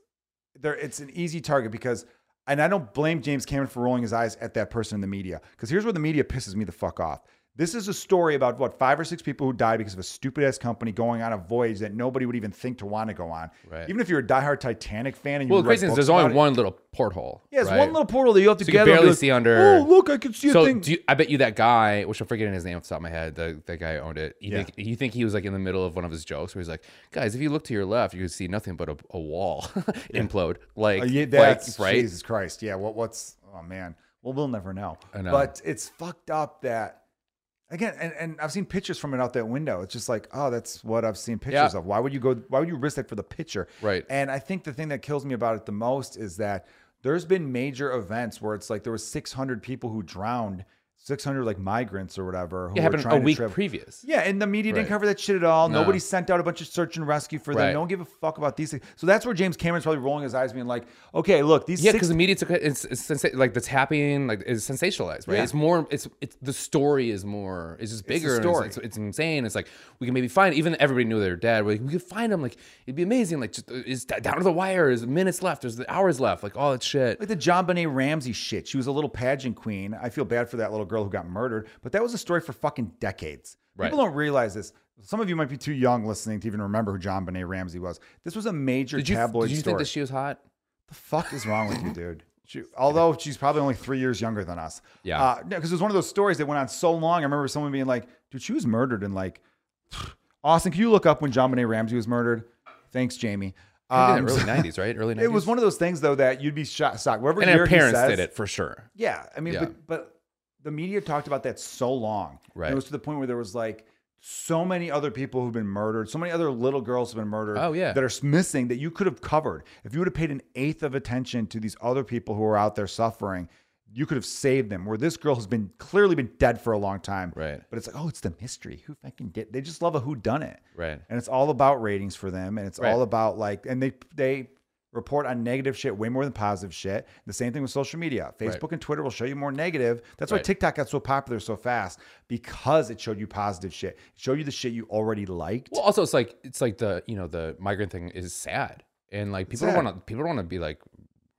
[SPEAKER 1] there it's an easy target because and I don't blame James Cameron for rolling his eyes at that person in the media. Because here's where the media pisses me the fuck off. This is a story about what five or six people who died because of a stupid ass company going on a voyage that nobody would even think to want to go on.
[SPEAKER 2] Right.
[SPEAKER 1] Even if you're a diehard Titanic fan and you
[SPEAKER 2] Well, the
[SPEAKER 1] read
[SPEAKER 2] crazy thing is
[SPEAKER 1] books
[SPEAKER 2] there's
[SPEAKER 1] about
[SPEAKER 2] only
[SPEAKER 1] it-
[SPEAKER 2] one little porthole.
[SPEAKER 1] Yeah, it's
[SPEAKER 2] right?
[SPEAKER 1] one little portal that you have to
[SPEAKER 2] So you
[SPEAKER 1] get
[SPEAKER 2] can barely
[SPEAKER 1] under.
[SPEAKER 2] see under.
[SPEAKER 1] Oh, look, I can see a
[SPEAKER 2] So
[SPEAKER 1] thing.
[SPEAKER 2] do you, I bet you that guy, which I'm forgetting his name off the top of my head, the, the guy who owned it. You,
[SPEAKER 1] Yeah.
[SPEAKER 2] think, you think he was like in the middle of one of his jokes where he's like, guys, if you look to your left, you could see nothing but a, a wall implode. Like,
[SPEAKER 1] Uh, yeah,
[SPEAKER 2] like,
[SPEAKER 1] that's
[SPEAKER 2] right?
[SPEAKER 1] Jesus Christ. Yeah. What? What's? Oh man. Well, we'll never know.
[SPEAKER 2] I know.
[SPEAKER 1] But it's fucked up that again. And, and I've seen pictures from it out that window. It's just like, oh, that's what I've seen pictures
[SPEAKER 2] Yeah.
[SPEAKER 1] of. Why would you go? Why would you risk that for the picture?
[SPEAKER 2] Right.
[SPEAKER 1] And I think the thing that kills me about it the most is that there's been major events where it's like there were 600 people who drowned, 600 like migrants or whatever. Who
[SPEAKER 2] It
[SPEAKER 1] were
[SPEAKER 2] happened a
[SPEAKER 1] trying to
[SPEAKER 2] week
[SPEAKER 1] travel-
[SPEAKER 2] previous.
[SPEAKER 1] yeah, and the media didn't
[SPEAKER 2] Right.
[SPEAKER 1] cover that shit at all.
[SPEAKER 2] No.
[SPEAKER 1] Nobody sent out a bunch of search and rescue for them.
[SPEAKER 2] Right.
[SPEAKER 1] No one gave a fuck about these things. So that's where James Cameron's probably rolling his eyes, being like, "Okay, look, these
[SPEAKER 2] Yeah,
[SPEAKER 1] six
[SPEAKER 2] because the media took it. It's, it's sensa- like that's happening. Like it's sensationalized, right?
[SPEAKER 1] Yeah.
[SPEAKER 2] It's more. It's it's the story is more. It's just bigger. and
[SPEAKER 1] story.
[SPEAKER 2] It's, it's, it's insane. It's like we can maybe find. Even everybody knew they were dead. We're like, we could find them. Like it'd be amazing. Like just, uh, is down to the wire. Is minutes left? There's the hours left. Like all that shit.
[SPEAKER 1] like the John Benet Ramsey shit. She was a little pageant queen. I feel bad for that little girl who got murdered, but that was a story for fucking decades.
[SPEAKER 2] Right.
[SPEAKER 1] People don't realize this. Some of you might be too young listening to even remember who John Benet Ramsey was. This was a major
[SPEAKER 2] did you
[SPEAKER 1] tabloid
[SPEAKER 2] did you
[SPEAKER 1] story.
[SPEAKER 2] think that she was hot?
[SPEAKER 1] the fuck is wrong with you, dude? She, although she's probably only three years younger than us.
[SPEAKER 2] Yeah.
[SPEAKER 1] Because it was one of those stories that went on so long. I remember someone being like, dude, she was murdered in like, Austin, can you look up when John Benet Ramsey was murdered? Thanks, Jamie. Um,
[SPEAKER 2] I think in the early '90s, right? Early '90s.
[SPEAKER 1] it was one of those things, though, that you'd be shot, shocked. Whatever
[SPEAKER 2] and
[SPEAKER 1] year
[SPEAKER 2] her
[SPEAKER 1] he
[SPEAKER 2] parents
[SPEAKER 1] says-
[SPEAKER 2] did it for sure.
[SPEAKER 1] Yeah. I mean,
[SPEAKER 2] Yeah.
[SPEAKER 1] But, but the media talked about that so long. And
[SPEAKER 2] Right.
[SPEAKER 1] It was to the point where there was like, so many other people who've been murdered, so many other little girls have been murdered
[SPEAKER 2] Oh, yeah.
[SPEAKER 1] that are s- missing that you could have covered. If you would have paid an eighth of attention to these other people who are out there suffering, you could have saved them. Where this girl has been clearly been dead for a long time.
[SPEAKER 2] Right.
[SPEAKER 1] But it's like, oh, it's the mystery. Who fucking did they just love a who done it.
[SPEAKER 2] Right.
[SPEAKER 1] And it's all about ratings for them. And it's
[SPEAKER 2] Right.
[SPEAKER 1] all about like and they they report on negative shit way more than positive shit. The same thing with social media. Facebook and Twitter will show you more negative. That's why
[SPEAKER 2] Right.
[SPEAKER 1] TikTok got so popular so fast because it showed you positive shit. It showed you the shit you already liked.
[SPEAKER 2] Well, also it's like it's like the you know the migrant thing is sad, and like people
[SPEAKER 1] sad.
[SPEAKER 2] don't want to people don't want to be like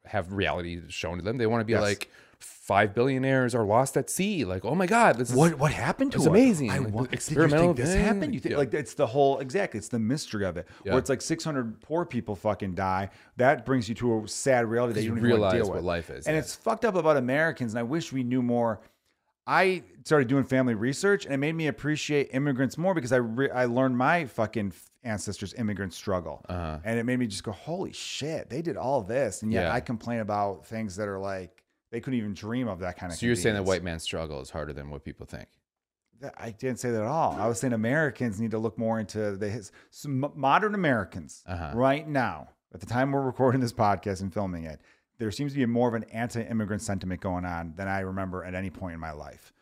[SPEAKER 2] have reality shown to them. They want to be
[SPEAKER 1] Yes.
[SPEAKER 2] like five billionaires are lost at sea. Like oh my god, this is
[SPEAKER 1] What what happened to
[SPEAKER 2] It's
[SPEAKER 1] her?
[SPEAKER 2] amazing.
[SPEAKER 1] I
[SPEAKER 2] Like,
[SPEAKER 1] want,
[SPEAKER 2] the
[SPEAKER 1] Did you
[SPEAKER 2] experimental
[SPEAKER 1] think this
[SPEAKER 2] thing,
[SPEAKER 1] happened?
[SPEAKER 2] like,
[SPEAKER 1] You think
[SPEAKER 2] yeah.
[SPEAKER 1] like it's the whole exactly? It's the mystery of it.
[SPEAKER 2] Yeah.
[SPEAKER 1] Where it's like 600 poor people fucking die. That brings you to a sad reality that you,
[SPEAKER 2] you
[SPEAKER 1] don't even want to
[SPEAKER 2] realize
[SPEAKER 1] deal
[SPEAKER 2] what
[SPEAKER 1] with.
[SPEAKER 2] life is,
[SPEAKER 1] and
[SPEAKER 2] yeah.
[SPEAKER 1] it's fucked up about Americans. And I wish we knew more. I started doing family research, and it made me appreciate immigrants more because I re- I learned my fucking ancestors' immigrant struggle,
[SPEAKER 2] Uh-huh.
[SPEAKER 1] and it made me just go, "Holy shit, they did all this," and yet
[SPEAKER 2] Yeah.
[SPEAKER 1] I complain about things that are like they couldn't even dream of that kind of.
[SPEAKER 2] so you're saying that
[SPEAKER 1] convenience.
[SPEAKER 2] white man's struggle is harder than what people think.
[SPEAKER 1] That- I didn't say that at all. I was saying Americans need to look more into the his, some mo- modern Americans
[SPEAKER 2] Uh-huh.
[SPEAKER 1] right now. At the time we're recording this podcast and filming it, there seems to be more of an anti-immigrant sentiment going on than I remember at any point in my life.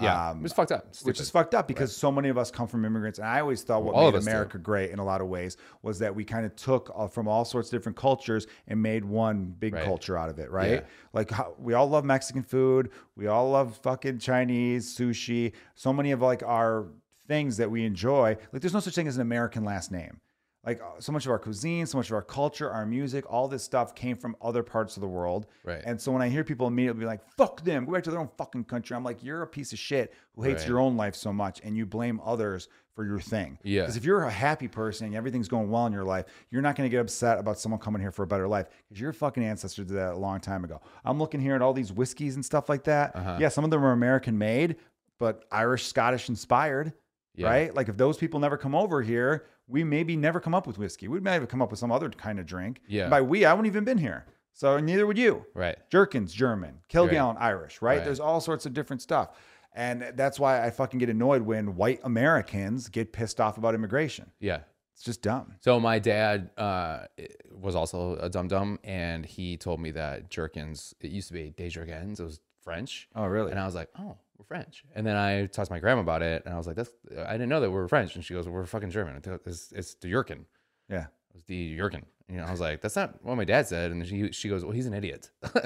[SPEAKER 2] Yeah,
[SPEAKER 1] Um,
[SPEAKER 2] it was fucked up.
[SPEAKER 1] which
[SPEAKER 2] Stupid.
[SPEAKER 1] is fucked up because so many of us come from immigrants, and I always thought what
[SPEAKER 2] All of
[SPEAKER 1] made
[SPEAKER 2] us do.
[SPEAKER 1] America great in a lot of ways was that we kind of took uh, from all sorts of different cultures and made one big
[SPEAKER 2] Right.
[SPEAKER 1] culture out of it, right?
[SPEAKER 2] Yeah.
[SPEAKER 1] Like how, we all love Mexican food, we all love fucking Chinese sushi. So many of like our things that we enjoy, like there's no such thing as an American last name. Like uh, so much of our cuisine, so much of our culture, our music, all this stuff came from other parts of the world.
[SPEAKER 2] Right.
[SPEAKER 1] And so when I hear people immediately be like, fuck them, go back to their own fucking country, I'm like, you're a piece of shit who hates
[SPEAKER 2] Right.
[SPEAKER 1] your own life so much and you blame others for your thing.
[SPEAKER 2] Yeah.
[SPEAKER 1] Because if you're a happy person and everything's going well in your life, you're not going to get upset about someone coming here for a better life because your fucking ancestors did that a long time ago. I'm looking here at all these whiskeys and stuff like that.
[SPEAKER 2] Uh-huh.
[SPEAKER 1] Yeah, some of them are American made, but Irish, Scottish inspired,
[SPEAKER 2] Yeah.
[SPEAKER 1] right? Like if those people never come over here, we maybe never come up with whiskey. We might have come up with some other kind of drink.
[SPEAKER 2] Yeah.
[SPEAKER 1] And by we, I wouldn't even been here. So neither would you.
[SPEAKER 2] right.
[SPEAKER 1] Jerkins German, Kilgallen Irish, right?
[SPEAKER 2] Right.
[SPEAKER 1] There's all sorts of different stuff. And that's why I fucking get annoyed when white Americans get pissed off about immigration.
[SPEAKER 2] Yeah.
[SPEAKER 1] It's just dumb.
[SPEAKER 2] So my dad uh, was also a dum dum, and he told me that jerkins. It used to be des jerkins. It was French.
[SPEAKER 1] Oh, really?
[SPEAKER 2] And I was like, oh, we're French. And then I talked to my grandma about it, and I was like, that's I didn't know that we were French. And she goes, we're fucking German. It's it's the Jurkin.
[SPEAKER 1] Yeah.
[SPEAKER 2] It was the Jurkin. You know, I was like, that's not what my dad said. And she she goes, well, he's an idiot.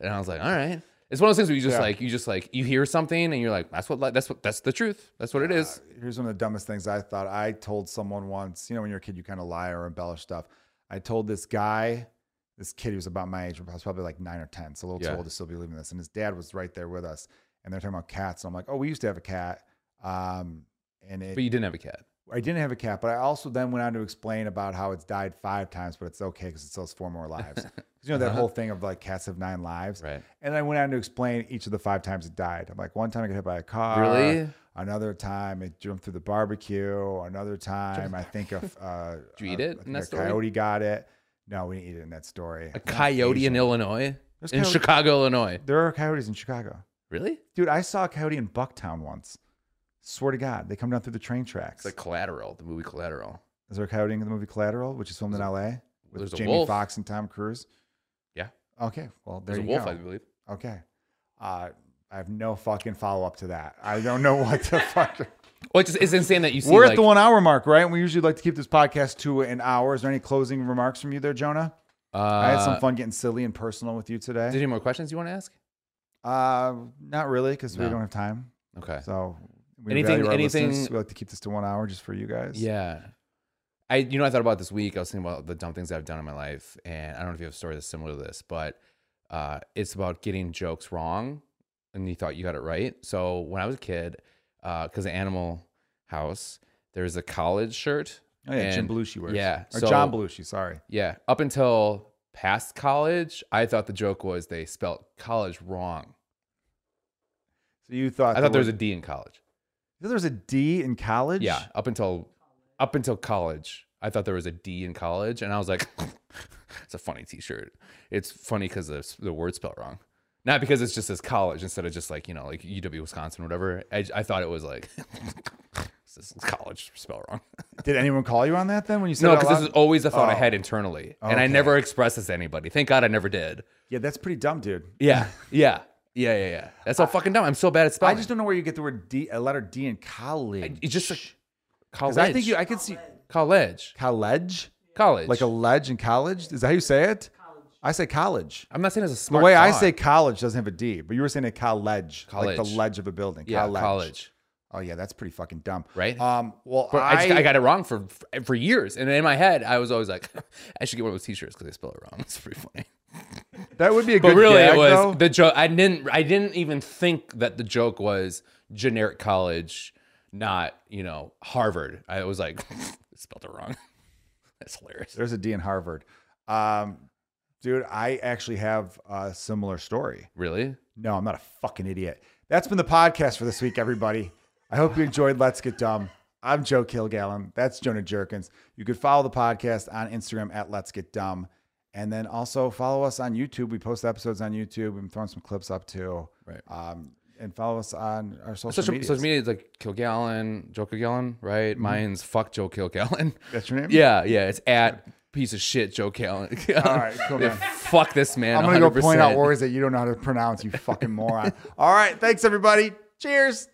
[SPEAKER 2] and I was like, all right. It's one of those things where you just
[SPEAKER 1] Yeah.
[SPEAKER 2] like you just like you hear something and you're like, that's what li- that's what that's the truth. That's what it is.
[SPEAKER 1] Here's one of the dumbest things I thought. I told someone once, you know, when you're a kid, you kind of lie or embellish stuff. I told this guy, this kid, he was about my age, I was probably like nine or 10, so a little
[SPEAKER 2] Yeah.
[SPEAKER 1] too old to still be believing this. And his dad was right there with us. And they're talking about cats. And I'm like, oh, we used to have a cat. Um, and it,
[SPEAKER 2] But you didn't have a cat.
[SPEAKER 1] I didn't have a cat, but I also then went on to explain about how it's died five times, but it's okay because it still has four more lives. 'Cause you know that whole thing of like cats have nine lives,
[SPEAKER 2] Uh-huh. Right.
[SPEAKER 1] And I went on to explain each of the five times it died. I'm like, one time I got hit by a car,
[SPEAKER 2] Really?
[SPEAKER 1] Another time it jumped through the barbecue. Another time I think a f- uh,
[SPEAKER 2] Did you eat
[SPEAKER 1] a-
[SPEAKER 2] it
[SPEAKER 1] I
[SPEAKER 2] in
[SPEAKER 1] think
[SPEAKER 2] that
[SPEAKER 1] a
[SPEAKER 2] story?
[SPEAKER 1] coyote got it. No, we didn't eat it in that story.
[SPEAKER 2] A coyote in Illinois?
[SPEAKER 1] There's
[SPEAKER 2] in
[SPEAKER 1] coyote-
[SPEAKER 2] Chicago, Illinois.
[SPEAKER 1] There are coyotes in Chicago,
[SPEAKER 2] Really?
[SPEAKER 1] dude. I saw a coyote in Bucktown once. Swear to God, they come down through the train tracks.
[SPEAKER 2] It's like Collateral, the movie Collateral.
[SPEAKER 1] Is there a coyote in the movie Collateral, which is filmed in L.A. with
[SPEAKER 2] there's a
[SPEAKER 1] Jamie
[SPEAKER 2] wolf.
[SPEAKER 1] Foxx and Tom Cruise?
[SPEAKER 2] Yeah.
[SPEAKER 1] Okay. Well, there
[SPEAKER 2] There's
[SPEAKER 1] you
[SPEAKER 2] a wolf,
[SPEAKER 1] go.
[SPEAKER 2] I believe.
[SPEAKER 1] Okay. Uh, I have no fucking follow up to that. I don't know what the fuck.
[SPEAKER 2] Well, Oh, it's, just, it's insane that you see.
[SPEAKER 1] We're
[SPEAKER 2] like,
[SPEAKER 1] at the one hour mark, right? And we usually like to keep this podcast to an hour. Is there any closing remarks from you there, Jonah?
[SPEAKER 2] Uh,
[SPEAKER 1] I had some fun getting silly and personal with you
[SPEAKER 2] Is there
[SPEAKER 1] today.
[SPEAKER 2] any more questions you want to ask?
[SPEAKER 1] Uh, not really, because we
[SPEAKER 2] No.
[SPEAKER 1] don't have time.
[SPEAKER 2] Okay.
[SPEAKER 1] So we
[SPEAKER 2] Anything-
[SPEAKER 1] value our
[SPEAKER 2] anything-
[SPEAKER 1] listeners. We like to keep this to one hour just for you guys.
[SPEAKER 2] Yeah. I you know I thought about this week. I was thinking about the dumb things I've done in my life, and I don't know if you have a story that's similar to this, but uh, it's about getting jokes wrong, and you thought you got it right. So when I was a kid, because of Animal House, there was a college shirt.
[SPEAKER 1] Oh yeah, Jim
[SPEAKER 2] and-
[SPEAKER 1] Belushi wears.
[SPEAKER 2] yeah,
[SPEAKER 1] Or
[SPEAKER 2] so-
[SPEAKER 1] John Belushi. Sorry.
[SPEAKER 2] Yeah, up until past college, I thought the joke was they spelt college wrong.
[SPEAKER 1] So you thought
[SPEAKER 2] I thought there was
[SPEAKER 1] word-
[SPEAKER 2] a D in college.
[SPEAKER 1] You thought there was a D in college?
[SPEAKER 2] Yeah, up until up until college, I thought there was a D in college, and I was like, "It's a funny T-shirt. It's funny because the the word spelled wrong, not because it's just as college instead of just like you know like UW Wisconsin or whatever. I, I thought it was like this is college spelled wrong.
[SPEAKER 1] Did anyone call you on that then when you said
[SPEAKER 2] No,
[SPEAKER 1] it out
[SPEAKER 2] because this
[SPEAKER 1] loud?
[SPEAKER 2] is always a thought I
[SPEAKER 1] Oh.
[SPEAKER 2] had internally, and I
[SPEAKER 1] Okay.
[SPEAKER 2] never expressed this to anybody. Thank God I never did.
[SPEAKER 1] Yeah, that's pretty dumb, dude.
[SPEAKER 2] Yeah, yeah, yeah, yeah, yeah. That's all fucking dumb. I'm so bad at
[SPEAKER 1] I
[SPEAKER 2] spelling.
[SPEAKER 1] just don't know where you get the word D, a letter D in college.
[SPEAKER 2] it's just like college.
[SPEAKER 1] 'Cause I think you, I could see
[SPEAKER 2] college,
[SPEAKER 1] college,
[SPEAKER 2] college.
[SPEAKER 1] like a ledge in college. Is that how you say it? I say college.
[SPEAKER 2] I'm not saying it's a
[SPEAKER 1] The
[SPEAKER 2] smart.
[SPEAKER 1] way I
[SPEAKER 2] thought.
[SPEAKER 1] say college doesn't have a D, but you were saying a college, like
[SPEAKER 2] College.
[SPEAKER 1] the ledge of a building.
[SPEAKER 2] yeah,
[SPEAKER 1] college.
[SPEAKER 2] college.
[SPEAKER 1] Oh yeah, that's pretty fucking dumb,
[SPEAKER 2] Right?
[SPEAKER 1] Um, well,
[SPEAKER 2] But I,
[SPEAKER 1] I,
[SPEAKER 2] just, I got it wrong for for years, and in my head, I was always like, I should get one of those T-shirts because I spell it wrong. It's pretty funny.
[SPEAKER 1] that would be a good.
[SPEAKER 2] But really,
[SPEAKER 1] gag,
[SPEAKER 2] it was
[SPEAKER 1] though.
[SPEAKER 2] the joke. I didn't. I didn't even think that the joke was generic college, not you know Harvard. I was like, spelled it wrong. That's hilarious.
[SPEAKER 1] There's a D in Harvard. Um, dude, I actually have a similar story.
[SPEAKER 2] Really?
[SPEAKER 1] No, I'm not a fucking idiot. That's been the podcast for this week, everybody. I hope you enjoyed Let's Get Dumb. I'm Joe Kilgallen. That's Jonah Jerkins. You could follow the podcast on Instagram at Let's Get Dumb. And then also follow us on YouTube. We post episodes on YouTube. I'm throwing some clips up too.
[SPEAKER 2] Right.
[SPEAKER 1] Um, and follow us on our social,
[SPEAKER 2] Social,
[SPEAKER 1] media. Mm-hmm.
[SPEAKER 2] social media is like Kilgallen, Joe Kilgallen, right? Mine's fuck Joe Kilgallen.
[SPEAKER 1] That's your name?
[SPEAKER 2] Yeah, yeah. It's at piece of shit Joe Kilgallen.
[SPEAKER 1] All right, cool, man.
[SPEAKER 2] Fuck this man.
[SPEAKER 1] I'm going to go
[SPEAKER 2] 100%.
[SPEAKER 1] point out words that you don't know how to pronounce, you fucking moron. All right. Thanks, everybody. Cheers.